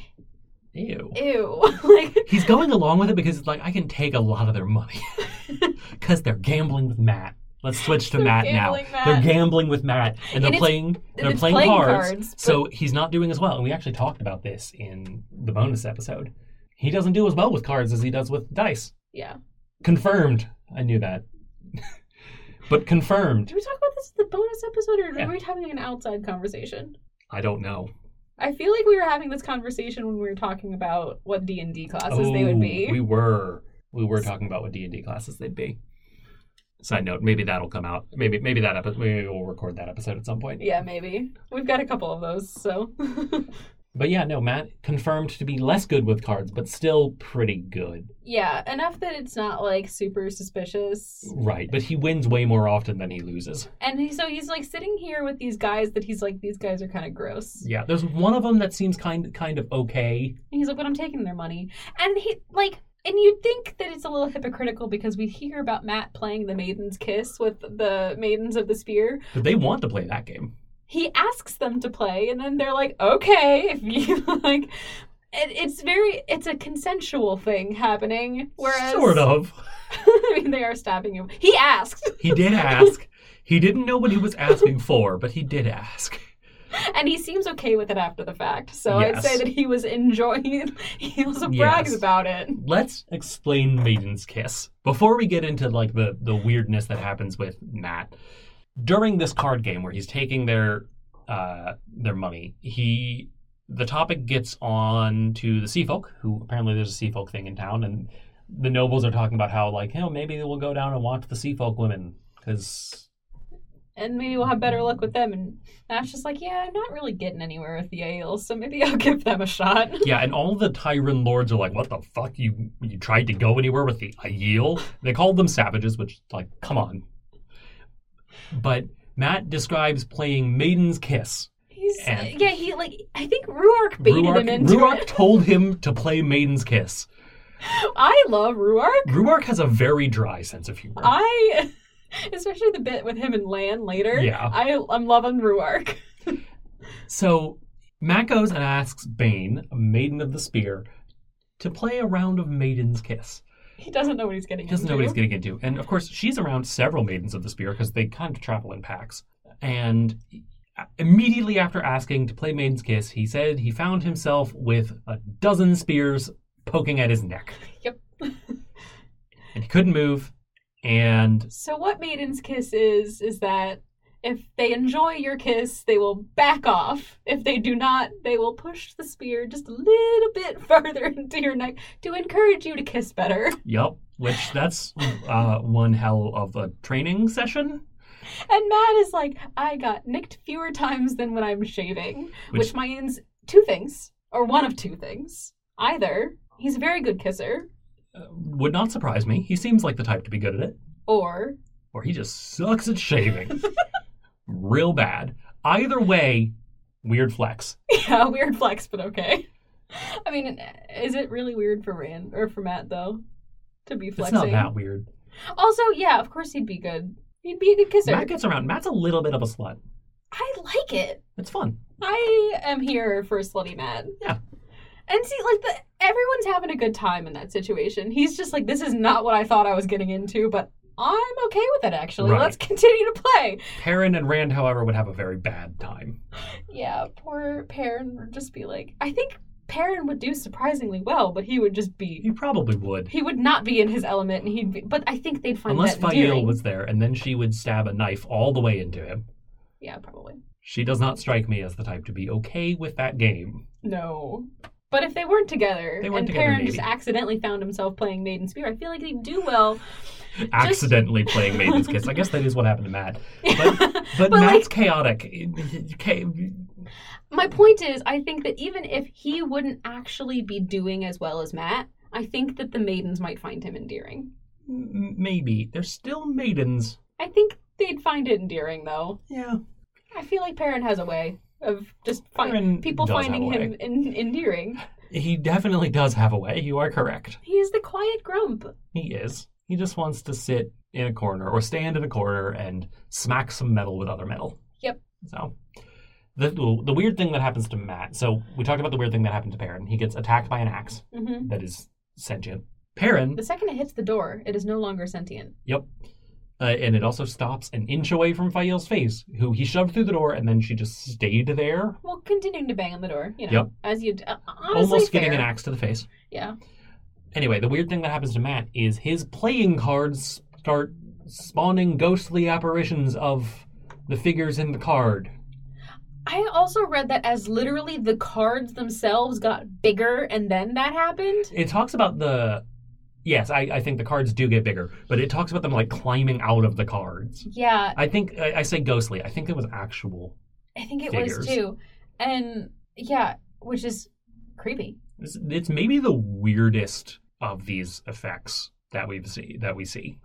A: Ew.
B: ew. like,
A: He's going along with it because it's like I can take a lot of their money. Because they're gambling with Matt. Let's switch to
B: They're
A: Matt now.
B: gambling Matt.
A: They're gambling with Matt, and they're
B: And it's-
A: playing. They're
B: it's
A: playing,
B: playing
A: cards.
B: cards, but-
A: so he's not doing as well. And we actually talked about this in the bonus episode. He doesn't do as well with cards as he does with dice.
B: Yeah.
A: Confirmed. I knew that. but confirmed.
B: Did we talk about this in the bonus episode, or
A: Yeah.
B: were we having an outside conversation?
A: I don't know.
B: I feel like we were having this conversation when we were talking about what D and D classes they would be.
A: Oh, We were we were talking about what D and D classes they'd be. Side note, maybe that'll come out. Maybe maybe that episode. Maybe we'll record that episode at some point.
B: Yeah, maybe we've got a couple of those. So
A: But yeah, no, Matt confirmed to be less good with cards, but still pretty good.
B: yeah, enough that it's not like super suspicious.
A: Right, but he wins way more often than he loses.
B: And he, so he's like sitting here with these guys that he's like, these guys are kind of gross.
A: Yeah, there's one of them that seems kind kind of okay.
B: And he's like, but I'm taking their money. And he, like, and you'd think that it's a little hypocritical because we hear about Matt playing the Maiden's Kiss with the Maidens of the Spear.
A: But they want to play that game.
B: He asks them to play, and then they're like, okay, if you like. It, it's very, it's a consensual thing happening. Whereas,
A: sort of.
B: I mean, they are stabbing him. He asked,
A: He did ask. he didn't know what he was asking for, but he did ask.
B: and he seems okay with it after the fact. So I'd
A: Yes.
B: say that he was enjoying. He also
A: Yes.
B: brags about it.
A: let's explain Maiden's Kiss before we get into like the the weirdness that happens with Matt during this card game where he's taking their uh, their money. He the topic gets on to the sea folk who apparently there's a sea folk thing in town, and the nobles are talking about how like, oh, maybe we'll go down and watch the sea folk women because
B: and maybe we'll have better luck with them. And Matt's just like, yeah, I'm not really getting anywhere with the Aels, so maybe I'll give them a shot.
A: Yeah, and all the Tyran lords are like, "What the fuck? You you tried to go anywhere with the Aiel?" They called them savages, which like, come on. But Matt describes playing Maiden's Kiss.
B: He's
A: And-
B: yeah, he like I think Ruark baited
A: Ruark,
B: him into
A: Ruark
B: it.
A: told him to play Maiden's Kiss.
B: I love Ruark.
A: Ruark has a very dry sense of humor.
B: Uh, I especially the bit with him and Lan later.
A: Yeah.
B: I I'm loving Ruark.
A: so Matt goes and asks Bane, a maiden of the spear, to play a round of Maiden's Kiss.
B: He doesn't know what he's getting
A: Because
B: into.
A: nobody's getting into. And of course, she's around several maidens of the spear because they kind of travel in packs. And immediately after asking to play Maiden's Kiss, he said he found himself with a dozen spears poking at his neck.
B: Yep.
A: And he couldn't move. And
B: so what Maiden's kiss is is that if they enjoy your kiss, they will back off. If they do not, they will push the spear just a little bit further into your neck to encourage you to kiss better.
A: yep, which that's uh, one hell of a training session.
B: And Matt is like, I got nicked fewer times than when I'm shaving,
A: Which-
B: which, means two things, or one of two things. Either he's a very good kisser,
A: Uh, Would not surprise me. He seems like the type to be good at it.
B: or
A: or he just sucks at shaving real bad. Either way, weird flex.
B: yeah,
A: Um,
B: weird flex, but okay. I mean, is it really weird for Rand or for Matt though to be flexing?
A: It's not that weird.
B: Also, yeah, of course he'd be good. He'd be a good kisser.
A: Matt gets around. Matt's a little bit of a slut.
B: I like it.
A: It's fun.
B: I am here for slutty Matt.
A: Yeah.
B: And see, like the everyone's having a good time in that situation. He's just like, this is not what I thought I was getting into, but I'm okay with it. Actually,
A: Right.
B: let's continue to play.
A: Perrin and Rand, however, would have a very bad time.
B: Yeah, poor Perrin would just be like, I think Perrin would do surprisingly well, but he would just be.
A: He probably would,
B: He would not be in his element, and he'd be. But I think they'd find
A: unless
B: that endearing.
A: Fael was there, and then she would stab a knife all the way into him.
B: Yeah, probably.
A: She does not strike me as the type to be okay with that game.
B: No. But if they weren't together,
A: They weren't
B: and
A: together,
B: Perrin
A: maybe.
B: just accidentally found himself playing Maiden Spear, I feel like he'd do well.
A: Accidentally playing Maiden's Kiss. I guess that is what happened to Matt. But, but,
B: But,
A: Matt's
B: like-
A: chaotic. Ca-
B: My point is, I think that even if he wouldn't actually be doing as well as Matt, I think that the maidens might find him endearing.
A: m- Maybe. They're still maidens.
B: I think they'd find it endearing, though.
A: Yeah.
B: I feel like Perrin has a way of just
A: Perrin
B: find, people
A: does
B: finding
A: have a
B: him en- endearing.
A: He definitely does have a way. You are correct.
B: He is the quiet grump.
A: He is. He just wants to sit in a corner or stand in a corner and smack some metal with other metal.
B: Yep.
A: So the the weird thing that happens to Matt. So we talked about the weird thing that happened to Perrin. He gets attacked by an axe
B: hmm
A: that is sentient Perrin,
B: The second it hits the door, it is no longer sentient.
A: yep. Uh, and it also stops an inch away from Fael's face, who he shoved through the door, and then she just stayed there,
B: Well, continuing to bang on the door, you know,
A: Yep.
B: as you uh, honestly
A: almost
B: fair.
A: getting an axe to the face.
B: Yeah,
A: Anyway, the weird thing that happens to Matt is his playing cards start spawning ghostly apparitions of the figures in the card.
B: I also read that as literally the cards themselves got bigger, and then that happened.
A: It talks about the. Yes, I, I think the cards do get bigger, but it talks about them like climbing out of the cards.
B: Yeah,
A: I think I, I say ghostly. I think it was actual.
B: I think it
A: Figures.
B: was too, and yeah, which is creepy.
A: It's, it's maybe the weirdest of these effects that we've see that we see.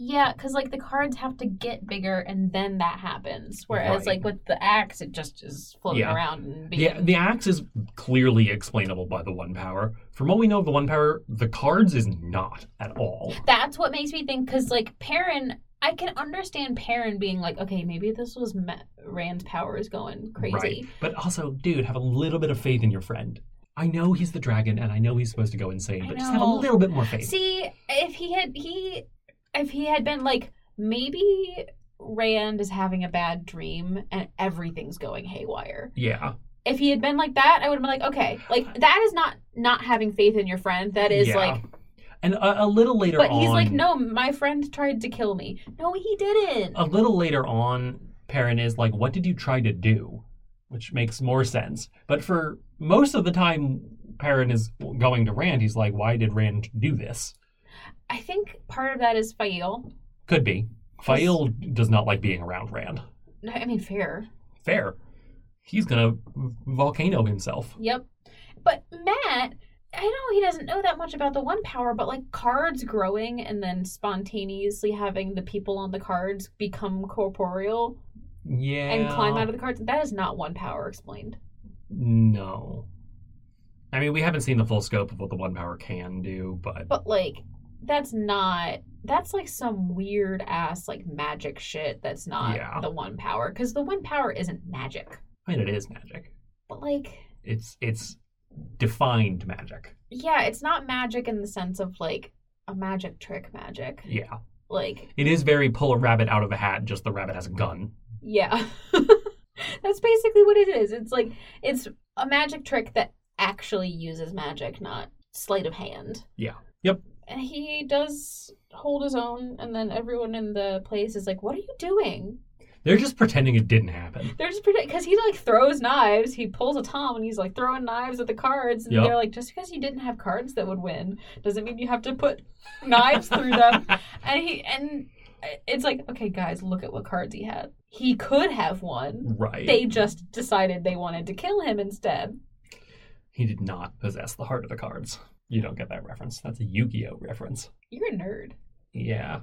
B: Yeah, because like the cards have to get bigger, and then that happens. Whereas
A: Right.
B: like with the axe, it just is floating
A: Yeah.
B: around and being.
A: Yeah, the axe is clearly explainable by the one power. From all we know of the one power, the cards is not at all.
B: That's what makes me think because like Perrin, I can understand Perrin being like, okay, maybe this was Ma- Rand's powers going crazy.
A: Right. But also, dude, have a little bit of faith in your friend. I know he's the dragon and I know he's supposed to go insane,
B: I
A: but just have a
B: know.
A: little bit more faith.
B: See, if he had he, if he had been like, maybe Rand is having a bad dream and everything's going haywire.
A: yeah.
B: If he had been like that, I would have been like, okay, like that is not not having faith in your friend. That is
A: yeah.
B: like,
A: And a, a little later
B: but
A: on.
B: he's like, no, my friend tried to kill me. No, he didn't.
A: A little later on, Perrin is like, what did you try to do? Which makes more sense. But for most of the time, Perrin is going to Rand, he's like, why did Rand do this?
B: I think part of that is Fael.
A: Could be. Fael does not like being around Rand.
B: I mean, fair.
A: Fair. He's gonna volcano himself.
B: Yep. But Matt, I know he doesn't know that much about the one power, but like cards growing and then spontaneously having the people on the cards become corporeal
A: Yeah.
B: and climb out of the cards, that is not one power explained.
A: No. I mean, we haven't seen the full scope of what the One Power can do, but
B: But like, that's not. That's like some weird ass like magic shit that's not
A: Yeah.
B: the one power because the one power isn't magic.
A: I mean, it is magic.
B: But like,
A: It's it's defined magic.
B: yeah, it's not magic in the sense of like a magic trick magic.
A: Yeah,
B: Like,
A: it is very pull a rabbit out of a hat. Just the rabbit has a gun.
B: Yeah. That's basically what it is. It's like it's a magic trick that actually uses magic, not sleight of hand.
A: Yeah. Yep.
B: And he does hold his own and then everyone in the place is like, "What are you doing?"
A: They're just pretending it didn't happen.
B: They're just pretending cuz he like throws knives, he pulls a tom and he's like throwing knives at the cards and
A: Yep.
B: they're like, "Just because you didn't have cards that would win doesn't mean you have to put knives through them." And he and it's like, "Okay, guys, look at what cards he had. He could have won."
A: Right.
B: they just decided they wanted to kill him instead.
A: He did not possess the heart of the cards. You don't get that reference. That's a Yu-Gi-Oh reference.
B: You're a nerd.
A: Yeah.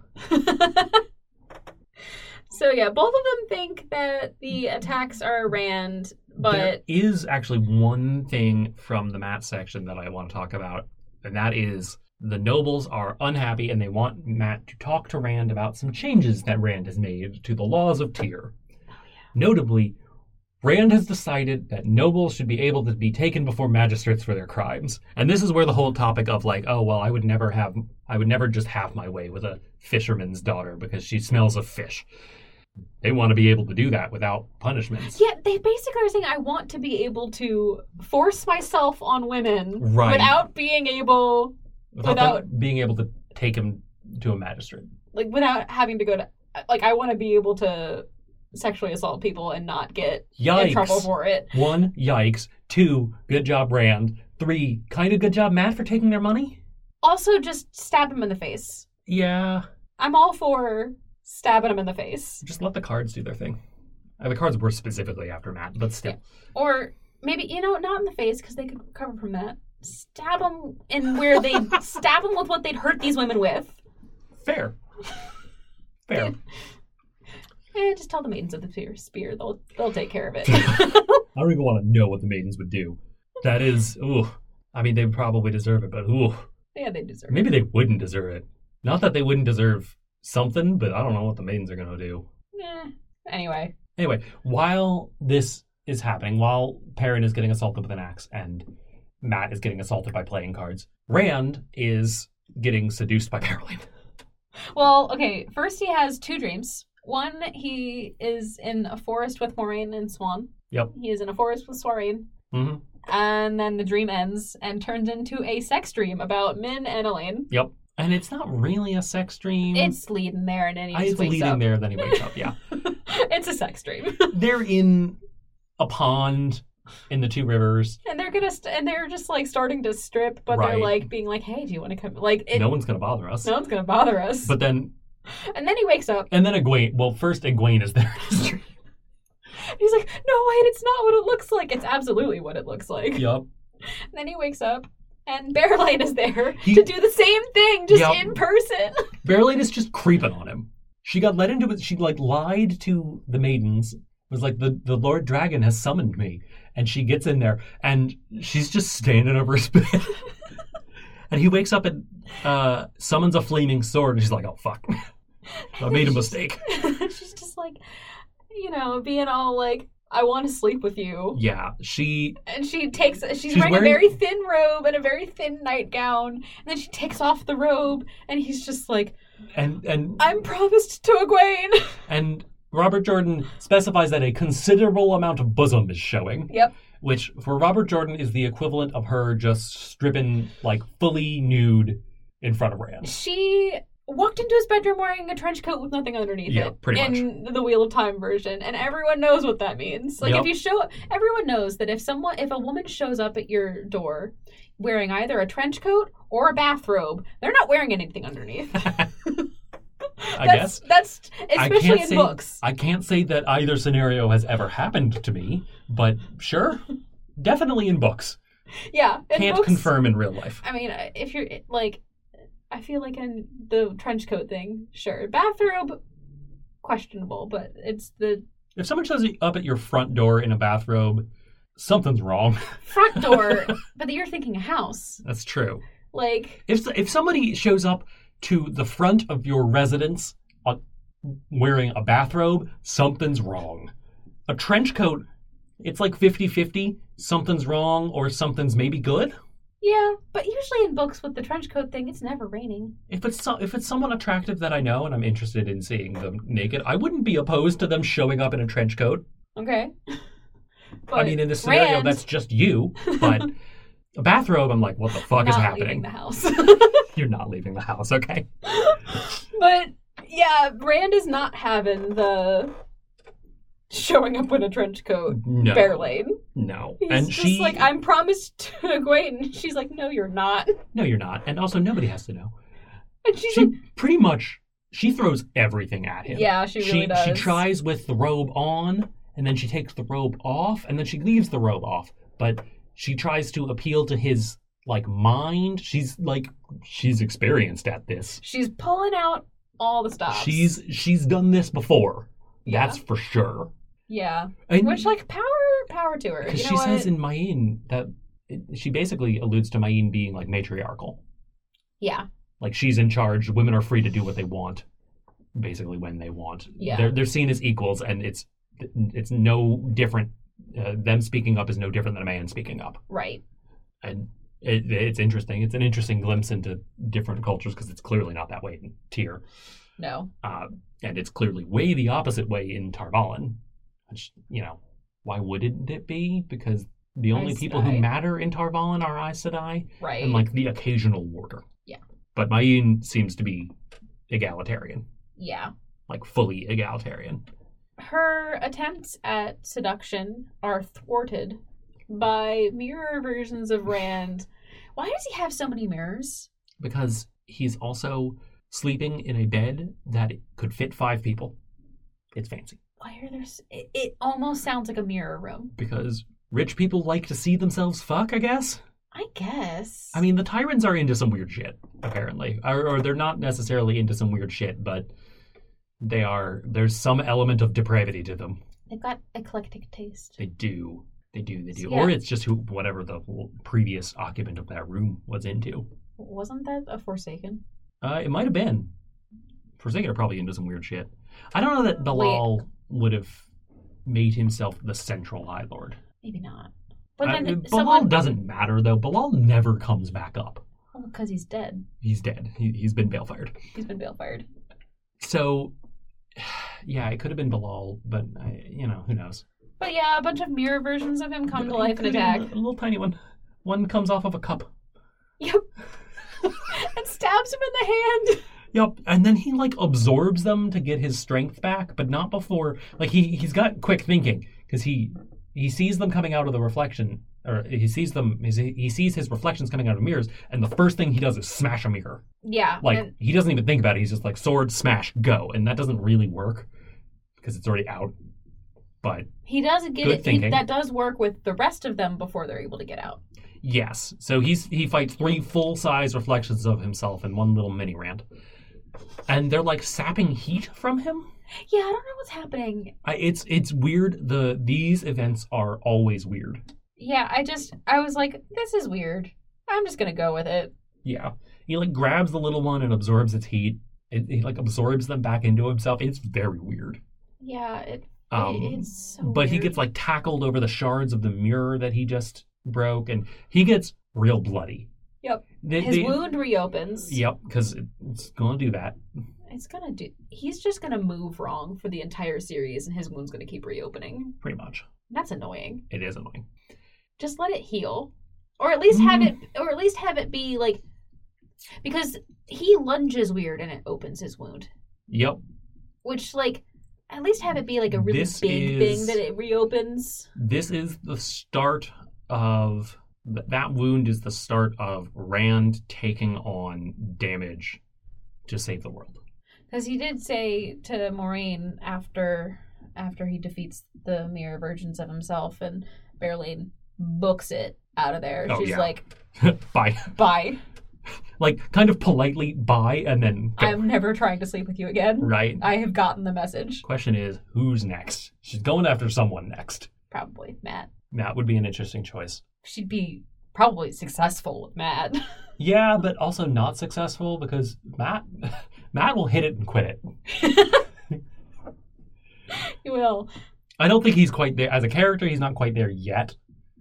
B: so yeah, both of them think that the attacks are Rand,
A: there
B: but
A: is actually one thing from the Matt section that I want to talk about, and that is the nobles are unhappy and they want Matt to talk to Rand about some changes that Rand has made to the laws of Tyr. Notably, Rand has decided that nobles should be able to be taken before magistrates for their crimes. And this is where the whole topic of like, oh well, I would never have I would never just have my way with a fisherman's daughter because she smells of fish. They want to be able to do that without punishments.
B: yeah, they basically are saying I want to be able to force myself on women
A: Right.
B: without being able
A: without, them being able to take him to a magistrate.
B: like without having to go to like I want to be able to sexually assault people and not get in trouble
A: Yikes.
B: for it.
A: One, yikes. Two, good job, Rand. Three, kind of good job, Matt, for taking their money.
B: Also just stab him in the face.
A: Yeah,
B: I'm all for stabbing him in the face.
A: just let the cards do their thing. Uh, the cards were specifically after Matt, but still.
B: Or maybe you know, not in the face because they could recover from that. Stab them in where they stab them with what they'd hurt these women with.
A: Fair. Fair.
B: Eh, just tell the maidens of the spear. Spear, they'll they'll take care of it.
A: I don't even want to know what the maidens would do. That is, ooh. I mean, they probably deserve it, but ooh.
B: yeah, they deserve. it.
A: Maybe they wouldn't deserve it. Not that they wouldn't deserve something, but I don't know what the maidens are going to do.
B: Eh. Anyway,
A: Anyway, while this is happening, while Perrin is getting assaulted with an axe and Matt is getting assaulted by playing cards. Rand is getting seduced by Caroline.
B: Well, okay. First, he has two dreams. One, he is in a forest with Moraine and Swan.
A: Yep.
B: He is in a forest with Soraine.
A: hmm
B: And then the dream ends and turns into a sex dream about Min and Elaine.
A: Yep. And it's not really a sex dream.
B: It's leading there, and then he
A: Mm. I,
B: just
A: it's
B: wakes
A: leading
B: up.
A: there, then he wakes up. Yeah.
B: it's a sex dream,
A: They're in a pond in the two rivers.
B: and they're gonna st- and they're just like starting to strip, but
A: Right.
B: they're like being like, "Hey, do you want to come?" Like, it,
A: no
B: no,
A: one's gonna bother us.
B: one's gonna bother us.
A: But then,
B: and then he wakes up.
A: and then Egwene. Well, first Egwene is there.
B: And he's like, "No, wait, it's not what it looks like. It's absolutely what it looks like."
A: yep.
B: And then he wakes up, and Bear Light is there
A: He-
B: to do the same thing, just
A: Yep.
B: in person.
A: Berlin is just creeping on him. She got led into it. She like lied to the maidens. Was like the the Lord Dragon has summoned me, and she gets in there and she's just standing over his bed. and he wakes up and uh, summons a flaming sword, and she's like, "Oh fuck, I made a mistake."
B: She's just like, you know, being all like, "I want to sleep with you."
A: Yeah, she
B: And she takes, she's,
A: She's
B: wearing,
A: wearing-
B: a very thin robe and a very thin nightgown. And then she takes off the robe, and he's just like,
A: and and
B: I'm promised to Egwene.
A: and Robert Jordan specifies that a considerable amount of bosom is showing.
B: Yep.
A: Which for Robert Jordan is the equivalent of her just stripping like fully nude in front of Rand.
B: She walked into his bedroom wearing a trench coat with nothing underneath
A: Yeah,
B: it.
A: pretty much.
B: in the Wheel of Time version, and everyone knows what that means. Like
A: Yep.
B: if you show up, everyone knows that if someone, if a woman shows up at your door wearing either a trench coat or a bathrobe, they're not wearing anything underneath.
A: I
B: that's,
A: guess.
B: that's
A: I
B: especially
A: can't
B: in
A: say-
B: books.
A: I can't say that either scenario has ever happened to me, but sure. Definitely in books.
B: Yeah, in
A: Can't
B: books,
A: confirm in real life.
B: I mean, uh, if you're like, I feel like in the trench coat thing, sure, bathrobe, questionable, but it's the
A: If someone shows up at your front door in a bathrobe, something's wrong.
B: front door. but you're thinking a house,
A: That's true.
B: like.
A: If if somebody shows up to the front of your residence on, wearing a bathrobe, something's wrong. A trench coat, it's like 50-50, something's wrong or something's maybe good.
B: Yeah, but usually in books with the trench coat thing, it's never raining.
A: If it's so, if it's someone attractive that I know and I'm interested in seeing them naked, I wouldn't be opposed to them showing up in a trench coat.
B: Okay. but
A: I mean, in this scenario,
B: Rand-
A: that's just you. But a bathrobe, I'm like, what the fuck is
B: not
A: happening?
B: leaving the house.
A: You're not leaving the house, okay?
B: but yeah, Rand is not having the showing up in a trench coat.
A: No,
B: Bear Lane.
A: no.
B: He's
A: and
B: just
A: she,
B: like, I'm promised to Egwene. She's like, no, you're not.
A: no, you're not. And also, nobody has to know.
B: And she's
A: She
B: like,
A: pretty much she throws everything at him.
B: yeah, she really
A: she
B: does.
A: she tries with the robe on, and then she takes the robe off, and then she leaves the robe off. But she tries to appeal to his like mind. She's like she's experienced at this.
B: She's pulling out all the stops.
A: She's she's done this before.
B: Yeah.
A: That's for sure.
B: yeah,
A: And
B: which like power, power to her. You know
A: because she
B: what?
A: says in Mayin that she basically alludes to Mayin being like matriarchal.
B: yeah,
A: like she's in charge women are free to do what they want basically when they want
B: Yeah.
A: they're, they're seen as equals and it's it's no different uh, them speaking up is no different than a man speaking up
B: right.
A: and it, it's interesting it's an interesting glimpse into different cultures because it's clearly not that way in tier
B: No,
A: uh, and it's clearly way the opposite way in tarvalin which you know why wouldn't it be because the only
B: Aes
A: people
B: Sedai.
A: who matter in tarvalin are Aes Sedai
B: right.
A: and like the occasional warder.
B: Yeah.
A: But Mayin seems to be egalitarian,
B: yeah.
A: like fully egalitarian.
B: her attempts at seduction are thwarted by mirror versions of Rand. Why does he have so many mirrors?
A: Because he's also sleeping in a bed that could fit five people. It's fancy.
B: Why are there? s- It, it almost sounds like a mirror room.
A: Because rich people like to see themselves fuck, I guess.
B: I guess.
A: I mean, the tyrants are into some weird shit, apparently. Or, or they're not necessarily into some weird shit, but they are. There's some element of depravity to them.
B: they've got eclectic taste.
A: They do. They do. They do.
B: Yeah.
A: Or it's just who, whatever the previous occupant of that room was into.
B: Wasn't that a Forsaken?
A: Uh, it might have been. Forsaken are probably into some weird shit. I don't know that Bilal would have made himself the central High Lord.
B: Maybe not. But
A: I-
B: then
A: Bilal
B: someone
A: doesn't matter though. Bilal never comes back up.
B: because he's dead.
A: He's dead. He, he's been bail fired.
B: He's been bail fired.
A: So, yeah, it could have been Bilal, but I, you know who knows.
B: But yeah, a bunch of mirror versions of him come to
A: But
B: life and
A: including
B: attack
A: A little tiny one. One comes off of a cup.
B: and stabs him in the hand.
A: Yep, and then he like absorbs them to get his strength back, but not before like he he's got quick thinking because he he sees them coming out of the reflection or he sees them he sees his reflections coming out of mirrors, and the first thing he does is smash a mirror.
D: Yeah.
A: Like
D: and-
A: he doesn't even think about it. He's just like sword smash go, and that doesn't really work because it's already out. But
B: He does get
A: Good
B: it. He,
A: thinking.
B: that does work with the rest of them before they're able to get out.
A: yes, so he's he fights three full size reflections of himself and one little mini rant, and they're like sapping heat from him.
B: Yeah, I don't know what's happening.
A: I, it's it's weird. The these events are always weird.
B: Yeah, I just I was like, this is weird. I'm just gonna go with it.
A: Yeah, he like grabs the little one and absorbs its heat. It, he like absorbs them back into himself. It's very weird.
B: Yeah, it,
A: Um,
B: it- it's so.
A: but he gets like tackled over the shards of the mirror that he just broke, and he gets real bloody.
B: Yep.
A: They-
B: his
A: they-
B: wound reopens.
A: Yep, because it's gonna do that.
B: It's gonna do. He's just gonna move wrong for the entire series, and his wound's gonna keep reopening.
A: Pretty much,
B: That's annoying.
A: it is annoying.
B: Just let it heal, or at least have
A: Mm.
B: it, or at least have it be like, because he lunges weird and it opens his wound,
A: Yep,
B: which like, at least have it be like a really
A: This
B: big
A: is-
B: thing that it reopens.
A: this is the start of th- that wound is the start of Rand taking on damage to save the world.
D: Because he did say to Maureen after after he defeats the mirror versions of himself and Berlin books it out of there.
A: Oh,
D: She's
A: yeah.
D: like,
A: bye.
D: "Bye,
A: Like kind of politely bye and then go.
D: I'm never trying to sleep with you again.
A: right?
D: I have gotten the message."
A: Question is who's next? She's going after someone next.
D: Probably Matt.
A: That would be an interesting choice.
D: She'd be probably successful with Matt.
A: Yeah, but also not successful because Matt Matt will hit it and quit it.
B: He will
A: I don't think he's quite there as a character, he's not quite there yet.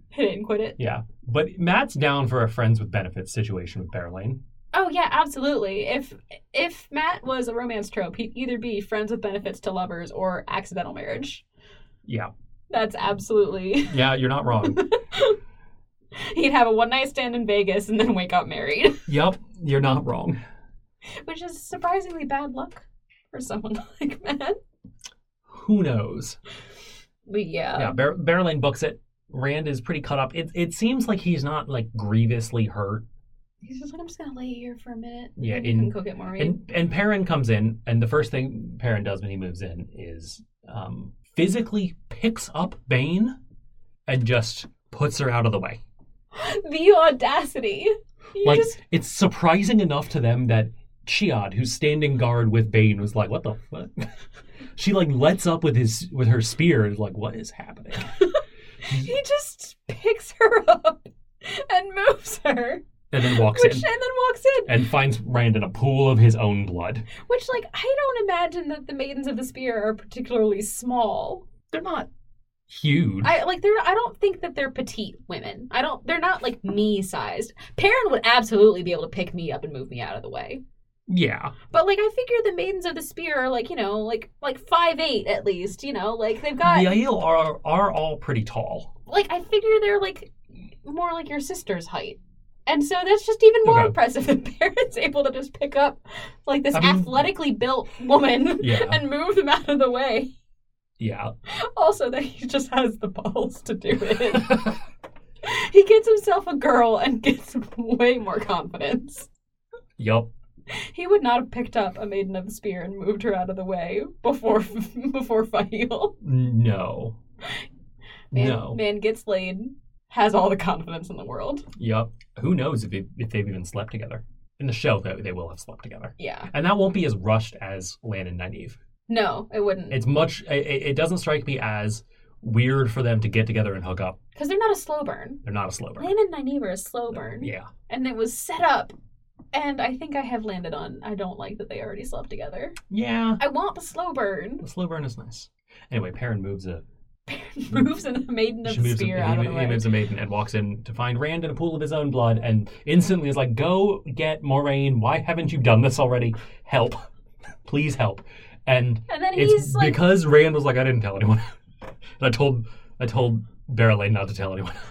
B: hit it and quit it.
A: Yeah. But Matt's down for a friends with benefits situation with Fairlane.
B: Oh yeah, absolutely. If if Matt was a romance trope, he'd either be friends with benefits to lovers or accidental marriage.
A: Yeah.
B: That's absolutely.
A: Yeah, you're not wrong.
B: He'd have a one night stand in Vegas and then wake up married,
A: yep, you're not wrong.
B: which is surprisingly bad luck for someone like Matt.
A: Who knows?
B: But yeah,
A: yeah, Bar- Barlane books it. Rand is pretty cut up. It it seems like he's not like grievously hurt.
B: he's just like, I'm just gonna lay here for a minute.
A: Yeah,
B: and
A: in-
B: you can cook it, Maureen.
A: And and Perrin comes in, and the first thing Perrin does when he moves in is um, physically picks up Bane and just puts her out of the way.
B: the audacity! You
A: like
B: just
A: it's surprising enough to them that Chiad, who's standing guard with Bane, was like, "What the fuck?" she like lets up with his with her spear and is like, "What is happening?"
B: he just picks her up and moves her,
A: And then walks
B: which
A: in
B: and then walks in.
A: and finds Rand in a pool of his own blood.
B: Which, like, I don't imagine that the maidens of the spear are particularly small.
A: They're not huge.
B: I like they're I don't think that they're petite women. I don't they're not like me sized. Perrin would absolutely be able to pick me up and move me out of the way.
A: yeah.
B: But like I figure the maidens of the spear are like, you know, like like five eight at least, you know, like they've got
A: the Aiel are are all pretty tall.
B: like I figure they're like more like your sister's height. And so that's just even more
A: Okay.
B: impressive that Perrin's able to just pick up like this
A: I mean-
B: athletically built woman
A: Yeah.
B: and move them out of the way.
A: Yeah.
B: Also that he just has the balls to do it. he gets himself a girl and gets way more confidence.
A: Yup.
B: He would not have picked up a maiden of the spear and moved her out of the way before before Fahil.
A: No.
B: Man,
A: no.
B: man gets laid, has all the confidence in the world.
A: Yup. Who knows if, they- if they've even slept together? In the show, though, they will have slept together,
B: Yeah,
A: and that won't be as rushed as Lan and Nynaeve.
B: no, it wouldn't,
A: It's much. It, it it doesn't strike me as weird for them to get together and hook up.
B: because they're not a slow burn.
A: They're not a slow burn.
B: Land and Nynaeve are a slow burn,
A: Yeah.
B: and it was set up. And I think I have landed on. I don't like that they already slept together.
A: Yeah.
B: I want the slow burn.
A: The slow burn is nice. Anyway, Perrin moves a
B: moves and the maiden of
A: She moves
B: spear
A: a, he,
B: out of the
A: he
B: way.
A: moves a maiden and walks in to find Rand in a pool of his own blood and instantly is like, Go get Moraine. Why haven't you done this already? Help. Please help. And
D: And then
A: it's
D: he's like,
A: because Rand was like, I didn't tell anyone. and I told I told Barrelane not to tell anyone.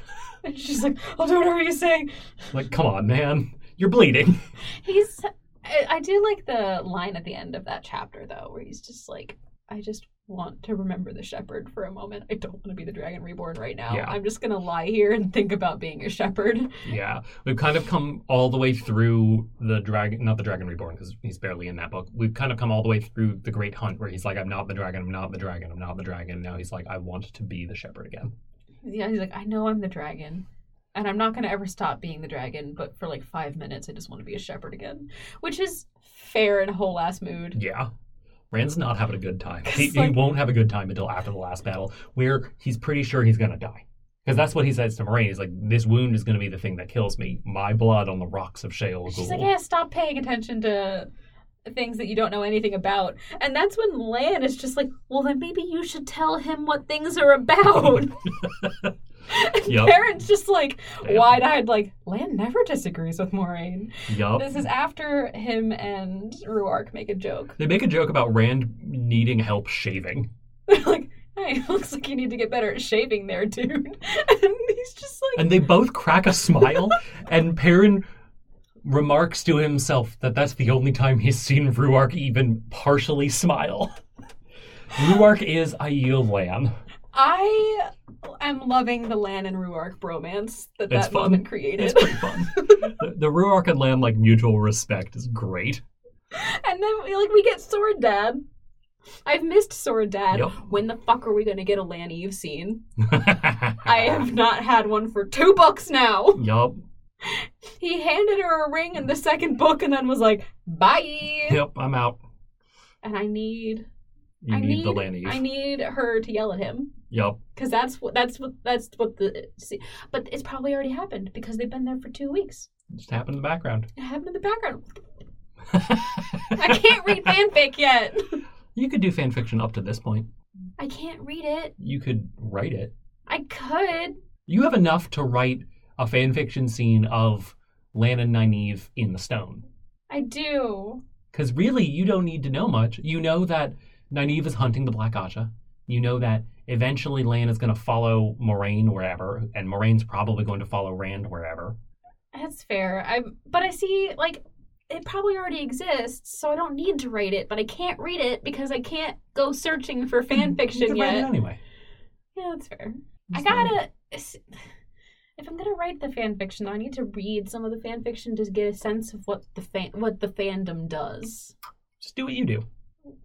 B: And she's like, I'll do whatever you say.
A: like, come on, man. You're bleeding.
B: He's. I, I do like the line at the end of that chapter though, where he's just like, I just want to remember the shepherd for a moment. I don't want to be the dragon reborn right now.
A: Yeah.
B: I'm just gonna lie here and think about being a shepherd.
A: yeah. We've kind of come all the way through the dragon not the dragon reborn, because he's barely in that book. We've kind of come all the way through the Great Hunt where he's like, I'm not the dragon, I'm not the dragon, I'm not the dragon. Now he's like, I want to be the shepherd again.
B: Yeah, he's like, I know I'm the dragon. And I'm not gonna ever stop being the dragon, but for like five minutes I just want to be a shepherd again. Which is fair in a whole ass mood.
A: Yeah. Rand's not having a good time. He,
B: It's
A: he
B: like-
A: won't have a good time until after the last battle, where he's pretty sure he's going to die. Because that's what he says to Moraine. He's like, this wound is going to be the thing that kills me. My blood on the rocks of Sheol
B: She's
A: Ghoul.
B: like, yeah, stop paying attention to things that you don't know anything about. And that's when Lan is just like, well, then maybe you should tell him what things are about. and
A: Yup.
B: Perrin's just like
A: Damn.
B: wide eyed, like, Lan never disagrees with Moraine.
A: Yup.
B: This is after him and Ruark make a joke.
A: They make a joke about Rand needing help shaving.
B: They're like, hey, looks like you need to get better at shaving there, dude. and he's just like,
A: And they both crack a smile, and Perrin remarks to himself that that's the only time he's seen Ruark even partially smile. Ruark is Aiel Lan.
B: I am loving the Lan and Ruark bromance that
A: It's
B: that
A: fun.
B: moment created.
A: It's pretty fun. the, the Ruark and Lamb like mutual respect is great.
B: And then we, like we get Sword Dad. I've missed Sword Dad.
A: Yep.
B: When the fuck are we gonna get a Lan Eve scene? I have not had one for two books now.
A: Yup.
B: He handed her a ring in the second book and then was like, bye.
A: Yep. I'm out.
B: And I need,
A: You
B: I
A: need,
B: need,
A: the land use.
B: I need her to yell at him
A: Yup.
B: because that's what that's what that's what the see. But it's probably already happened because they've been there for two weeks.
A: Just happened in the background.
B: It happened in the background. I can't read fanfic yet.
A: You could do fan fiction up to this point.
B: I can't read it.
A: You could write it.
B: I could.
A: You have enough to write a fan fiction scene of Lan and Nynaeve in the stone.
B: I do.
A: Because really, you don't need to know much. You know that Nynaeve is hunting the Black Asha. You know that eventually Lan is going to follow Moraine wherever, and Moraine's probably going to follow Rand wherever.
B: That's fair. I but I see like it probably already exists, so I don't need to write it, but I can't read it because I can't go searching for fan
A: You
B: fiction
A: could write it
B: yet.
A: anyway.
B: Yeah, that's fair. I
A: Just write it.
B: gotta if I'm gonna write the fan fiction, I need to read some of the fan fiction to get a sense of what the fan what the fandom does.
A: Just do what you do.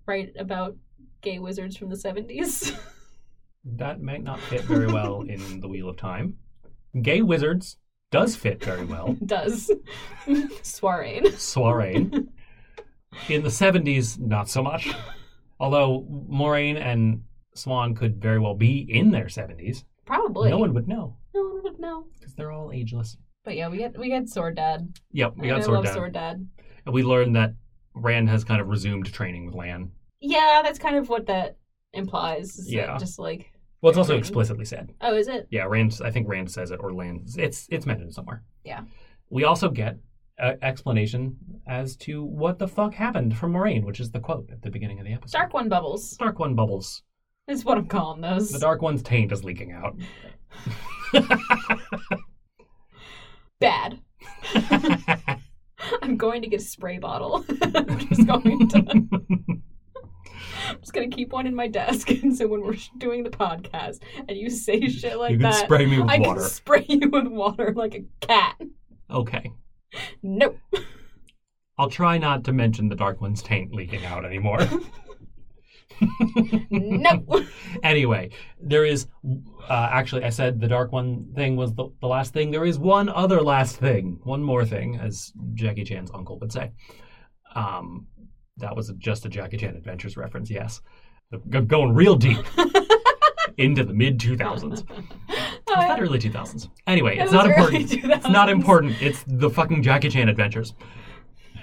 B: Write about gay wizards from the seventies.
A: That might not fit very well in the Wheel of Time. Gay Wizards does fit very well.
B: does. Soiree.
A: Soiree. In the 70s, not so much. Although Moraine and Swan could very well be in their 70s.
B: Probably.
A: No one would know
B: no one would know.
A: because they're all ageless.
D: but yeah, we get we get Sword Dad.
A: Yep, we got
B: And I
A: Sword
B: love
A: Dad.
B: Sword Dad.
A: And we learned that Rand has kind of resumed training with Lan.
B: Yeah, that's kind of what that implies. is, like,
A: Yeah.
B: just like,
A: Well, it's also
B: Training.
A: explicitly said.
B: oh, is it?
A: Yeah, Rand. I think Rand says it, or Lan. It's it's mentioned somewhere.
B: Yeah.
A: We also get an explanation as to what the fuck happened from Moraine, which is the quote at the beginning of the episode.
B: Dark One bubbles
A: Dark one bubbles.
B: is what I'm calling those.
A: The dark one's taint is leaking out.
B: Bad. I'm going to get a spray bottle. I'm just going to. I'm just gonna keep one in my desk, and so when we're sh- doing the podcast and you say shit like
A: you can
B: that,
A: spray me with
B: I
A: water.
B: can spray you with water like a cat.
A: Okay.
B: Nope.
A: I'll try not to mention the dark one's taint leaking out anymore.
B: nope.
A: anyway, there is uh, actually I said the dark one thing was the, the last thing. There is one other last thing, one more thing, as Jackie Chan's uncle would say. Um, that was just a Jackie Chan Adventures reference. Yes, Go- going real deep into the mid two
B: Oh,
A: thousands. It's not early two thousands. Anyway, it's not important. It's not
B: Um,
A: important. It's the fucking Jackie Chan Adventures.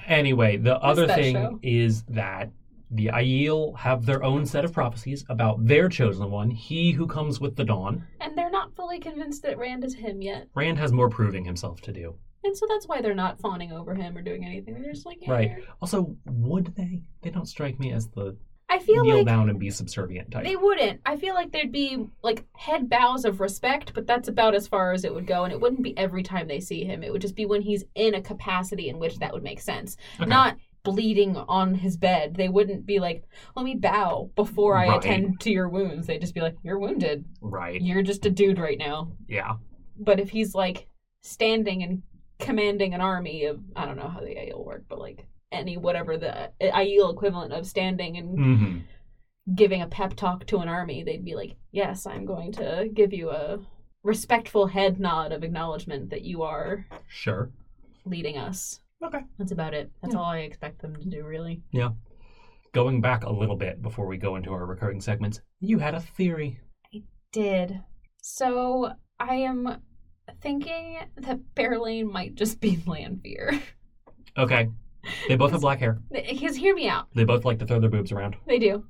A: Anyway, the other
B: that
A: thing
B: show.
A: is that The Aiel have their own set of prophecies about their chosen one, he who comes with the dawn.
B: And they're not fully convinced that Rand is him yet.
A: Rand has more proving himself to do.
B: And so that's why they're not fawning over him or doing anything. They're just like, yeah.
A: Right.
B: you're-
A: Also, would they? They don't strike me as the
B: I feel
A: kneel
B: like
A: down and be subservient type.
B: they wouldn't. I feel like there'd be like head bows of respect, but that's about as far as it would go. And it wouldn't be every time they see him. It would just be when he's in a capacity in which that would make sense.
A: Okay.
B: Not bleeding on his bed. They wouldn't be like, let me bow before I
A: Right.
B: attend to your wounds. They'd just be like, you're wounded.
A: right.
B: You're just a dude right now.
A: Yeah.
B: But if he's like standing and commanding an army of, I don't know how the Aiel work, but like any whatever the Aiel equivalent of standing and
A: hmm
B: giving a pep talk to an army, they'd be like, "Yes, I'm going to give you a respectful head nod of acknowledgement that you are
A: Sure.
B: leading us."
A: Okay. Hmm.
B: That's about it. That's
A: Yeah.
B: all I expect them to do, really.
A: Going back a little bit before we go into our recurring segments, you had a theory.
D: Did. So I am thinking that Fairlane might just be Lanfear.
A: Okay. They both have black hair.
B: Because hear me out,
A: They both like to throw their boobs around.
B: they do.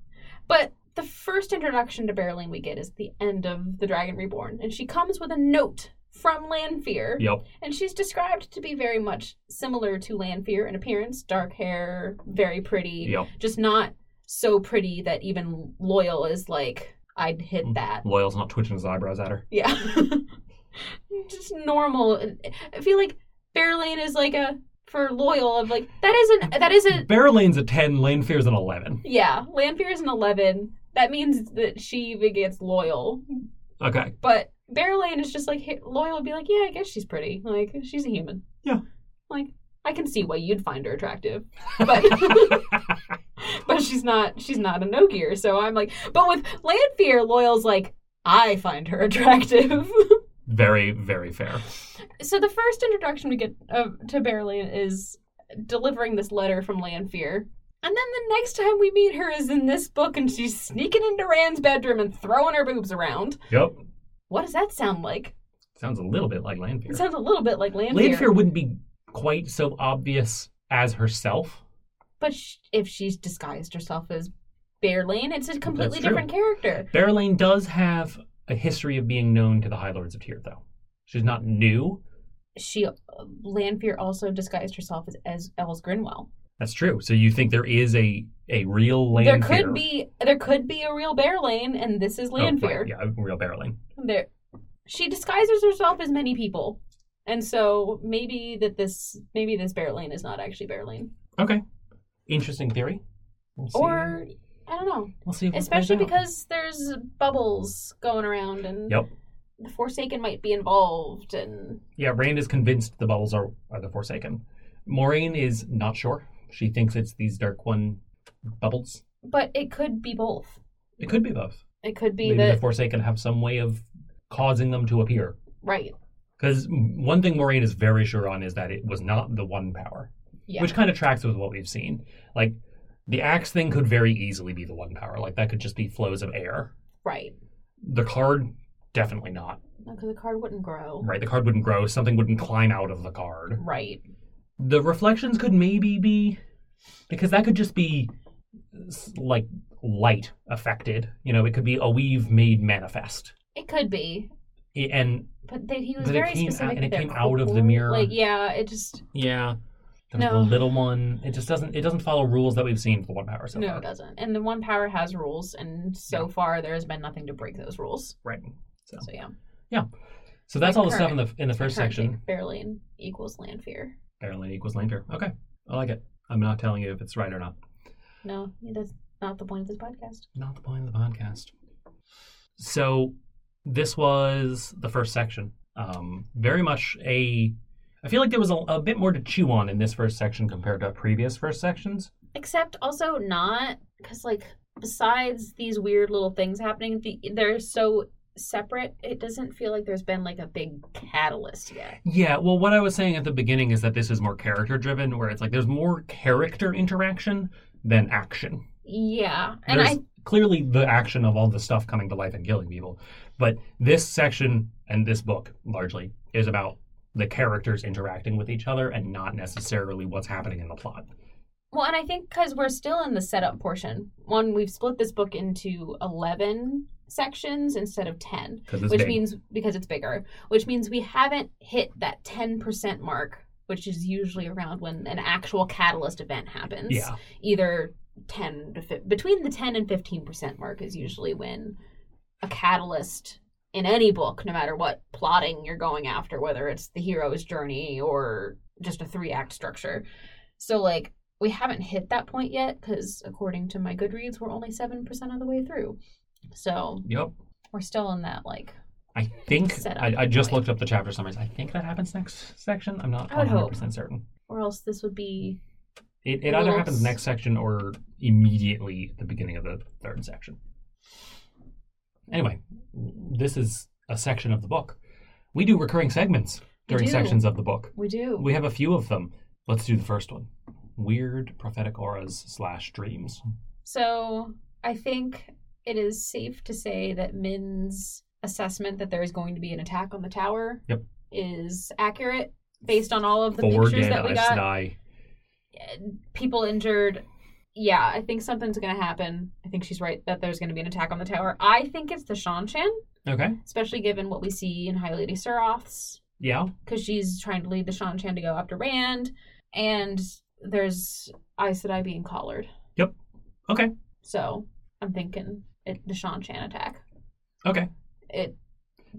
B: But the first introduction to Berylene we get is the end of The Dragon Reborn, and she comes with a note from Lanfear.
A: Yep.
B: And she's described to be very much similar to Lanfear in appearance, dark hair, very pretty,
A: Yep.
B: just not so pretty that even loyal is like i'd hit that
A: Loyal's not twitching his eyebrows at her.
B: yeah just normal i feel like fairlane is like a for loyal of like that isn't that isn't
A: Barrelane's a 10, Lanfear's an 11.
B: yeah lanfear is an 11 that means that she even gets loyal
A: Okay.
B: but fairlane is just like hey, loyal would be like yeah i guess she's pretty like she's a human
A: Yeah.
B: like i can see why you'd find her attractive but but she's not she's not a no gear so i'm like but with lanfear loyal's like i find her attractive
A: very, very fair.
B: so the first introduction we get uh, to Berlin is delivering this letter from lanfear and then the next time we meet her is in this book and she's sneaking into rand's bedroom and throwing her boobs around
A: Yep.
B: what does that sound like
A: Sounds a little bit like Lanfear.
B: it sounds a little bit like lanfear,
A: Lanfear wouldn't be quite so obvious as herself.
B: but sh- if she's disguised herself as Berlin, it's a completely
A: true.
B: different character
A: Berylane does have a history of being known to the High Lords of Tyr, though. She's not new.
B: she lanfear also disguised herself as, as els grinwell
A: That's true. So you think there is a a real
B: there
A: Lanfear?
B: could be there could be a real bear lane and this is
A: Oh, right,
B: Lanfear.
A: yeah, a real Berylane.
B: There she disguises herself as many people. And so maybe that this maybe this bear lane is not actually bear lane.
A: Okay. Interesting theory. We'll see.
B: Or I don't know.
A: we'll see if it plays
B: Especially
A: out.
B: because there's bubbles going around and
A: Yep.
B: the Forsaken might be involved and
A: Yeah, Rand is convinced the bubbles are, are the Forsaken. Maureen is not sure. She thinks it's these Dark One bubbles.
B: but it could be both.
A: It could be both.
B: It could be
A: Maybe the
B: that
A: Forsaken have some way of causing them to appear.
B: right.
A: Because one thing Maureen is very sure on is that it was not the one power,
B: Yeah.
A: which kind of tracks with what we've seen. Like, the axe thing could very easily be the one power. Like, that could just be flows of air.
B: right.
A: The card, definitely not.
B: Because the card wouldn't grow.
A: Right? The card wouldn't grow. Something would incline out of the card.
B: Right.
A: The reflections could maybe be, because that could just be, s- like, light affected. You know, it could be a weave made manifest.
B: It could be.
A: I- And,
B: But they, he was
A: But it
B: very
A: came out-
B: specific.
A: and it
B: that
A: came
B: they're
A: out of the
B: cool.
A: mirror.
B: Like yeah, it just
A: yeah. There's
B: No.
A: the little one. It just doesn't. It doesn't follow rules that we've seen for the one power so
B: no,
A: far.
B: it doesn't. And the one power has rules, and so
A: Yeah.
B: far there has been nothing to break those rules.
A: Right. So,
B: So yeah,
A: so that's
B: Like
A: all the stuff in the in the first section.
B: Berlin equals land fear.
A: Barely equals Lanfear. Okay, I like it. I'm not telling you if it's right or not.
B: No, that's not the point of this podcast.
A: Not the point of the podcast. So this was the first section. Um, very much a. I feel like there was a, a bit more to chew on in this first section compared to previous first sections.
B: Except also not because like besides these weird little things happening, the, they're so separate. It doesn't feel like there's been like a big catalyst yet.
A: Yeah, well, what I was saying at the beginning is that this is more character driven, where it's like there's more character interaction than action.
B: Yeah, and
A: There's
B: I
A: clearly the action of all the stuff coming to life and killing people. But this section and this book largely is about the characters interacting with each other and not necessarily what's happening in the plot.
B: Well, and I think because we're still in the setup portion, one, we've split this book into 11 sections instead of 10,
A: because it's
B: which
A: big.
B: means because it's bigger, which means we haven't hit that 10% mark, which is usually around when an actual catalyst event happens.
A: yeah,
B: Either 10 to fi- between the 10 and 15% mark is usually when a catalyst in any book, no matter what plotting you're going after, whether it's the hero's journey or just a three act structure. So, like, we haven't hit that point yet because, according to my Goodreads, we're only 7% of the way through. So,
A: yep.
B: we're still in that, like,
A: I think
B: Set up
A: I, I just
B: point.
A: looked up the chapter summaries. I think that happens next section. I'm not
B: I would hope.
A: 100 percent certain.
B: or else this would be
A: It,
B: A
A: it either
B: little
A: happens
B: s-
A: next section or immediately at the beginning of the third section. Anyway, this is a section of the book. We do recurring segments
B: We
A: during
B: do.
A: sections of the book.
B: we do
A: We have a few of them. Let's do the first one. Weird prophetic auras slash dreams.
B: so i think it is safe to say that min's assessment that there is going to be an attack on the tower
A: Yep.
B: is accurate based on all of the
A: Four
B: pictures
A: dead
B: that we
A: Aes
B: got
A: Sedai.
B: people injured yeah i think something's going to happen i think she's right that there's going to be an attack on the tower i think it's the shanshan
A: Okay.
B: especially given what we see in high lady suroth's
A: Yeah.
B: because she's trying to lead the Shan Chan to go after Rand, and there's Aes Sedai being collared.
A: Yep. Okay.
B: So I'm thinking it, the Shan Chan attack.
A: Okay.
B: It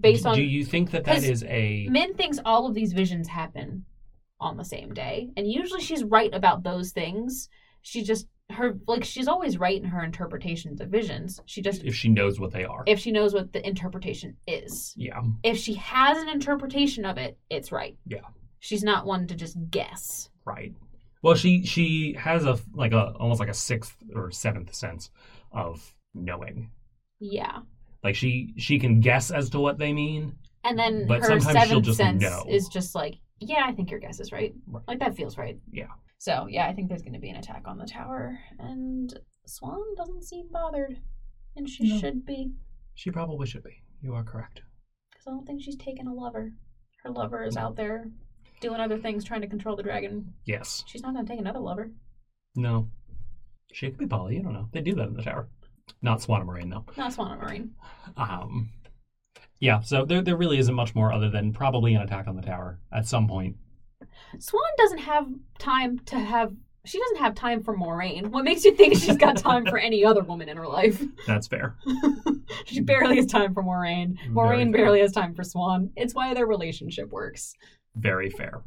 B: based
A: Do
B: on
A: you think that that
B: 'cause
A: is a
B: Min thinks all of these visions happen on the same day, and usually she's right about those things. She just her like she's always right in her interpretations of visions. She just
A: if she knows what they are?
B: if she knows what the interpretation is.
A: yeah.
B: If she has an interpretation of it, it's right.
A: Yeah.
B: She's not one to just guess.
A: Right. Well, she she has a like a almost like a sixth or seventh sense of knowing.
B: Yeah.
A: Like she she can guess as to what they mean.
B: And then
A: But
B: her
A: sometimes she'll
B: seventh
A: just
B: sense
A: know.
B: is just like, yeah, I think your guess is right.
A: Right.
B: Like that feels right.
A: Yeah.
B: So yeah, I think there's going to be an attack on the tower, and Swan doesn't seem bothered, and she
A: No.
B: should be
A: She probably should be. You are correct.
B: because I don't think she's taken a lover. Her lover is out there doing other things, trying to control the dragon.
A: Yes.
B: She's not going to take another lover.
A: No. She could be Polly. You don't know. They do that in the tower. Not Swan and Moraine though.
B: Not Swan and Marine.
A: Um. Yeah. So there there really isn't much more other than probably an attack on the tower at some point.
B: Swan doesn't have time to have. She doesn't have time for Moraine. What makes you think she's got time for any other woman in her life?
A: That's fair.
B: she barely has time for Moraine.
A: Very
B: Maureen
A: fair.
B: barely has time for Swan. It's why their relationship works.
A: Very fair.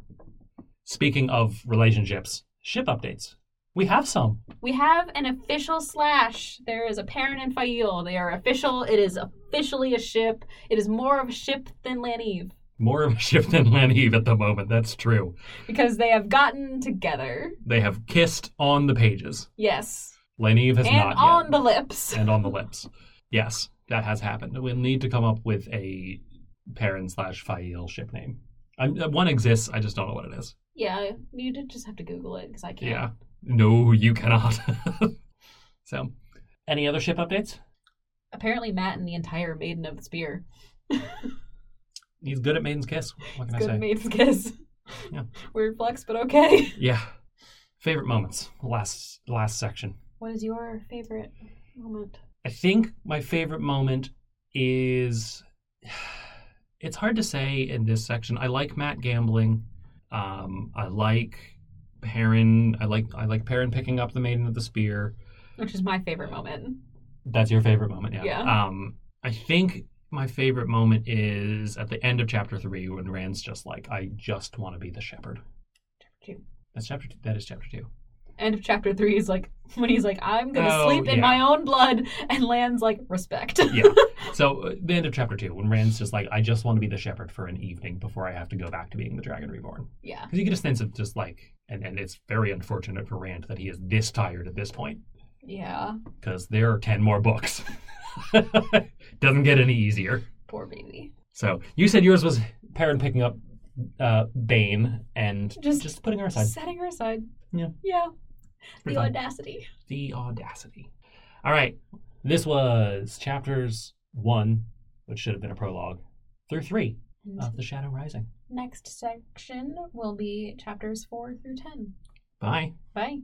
A: Speaking of relationships, ship updates. We have some.
B: We have an official slash. There is a Perrin and Fael. They are official. It is officially a ship. It is more of a ship than Laneve
A: More of a shift than Laneve at the moment. That's true.
B: because they have gotten together.
A: They have kissed on the pages.
B: Yes.
A: Leneve has
B: and
A: not
B: on
A: yet.
B: the lips.
A: and on the lips. Yes, that has happened. We'll need to come up with a Perrin slash Fael ship name. I'm, uh, one exists. I just don't know what it is.
B: Yeah, you did just have to Google it because I can't.
A: Yeah. No, you cannot. so, any other ship updates?
B: Apparently, Matt and the entire Maiden of the Spear.
A: He's good at Maiden's Kiss. What can
B: It's
A: I say?
B: good Maiden's Kiss.
A: Yeah.
B: Weird flex, but okay.
A: Yeah. Favorite moments. Last last section.
B: What is your favorite moment?
A: I think my favorite moment is it's hard to say in this section. I like Matt gambling. Um, I like Perrin. I like I like Perrin picking up the Maiden of the Spear.
B: Which is my favorite moment.
A: That's your favorite moment, yeah.
B: Yeah.
A: Um, I think my favorite moment is at the end of chapter three when Rand's just like, I just want to be the shepherd.
B: Two.
A: That's chapter. Two. That is chapter two.
B: end of chapter three is like when he's like, I'm gonna
A: Oh,
B: sleep in
A: yeah.
B: my own blood, and lands like respect.
A: yeah. So uh, the end of chapter two, when Rand's just like, I just want to be the shepherd for an evening before I have to go back to being the dragon reborn.
B: yeah.
A: Because you get a sense of just like, and, and it's very unfortunate for Rand that he is this tired at this point
B: Yeah.
A: because there are 10 more books. Doesn't get any easier.
B: Poor baby.
A: So you said yours was Perrin picking up uh, Bane and just,
B: Just-
A: just putting her aside.
B: Setting her aside.
A: Yeah.
B: Yeah.
A: Pretty
B: the
A: fun.
B: audacity.
A: the audacity. All right. This was chapters one, which should have been a prologue, through three of The Shadow Rising.
D: Next section will be chapters four through ten.
A: Bye.
D: Bye.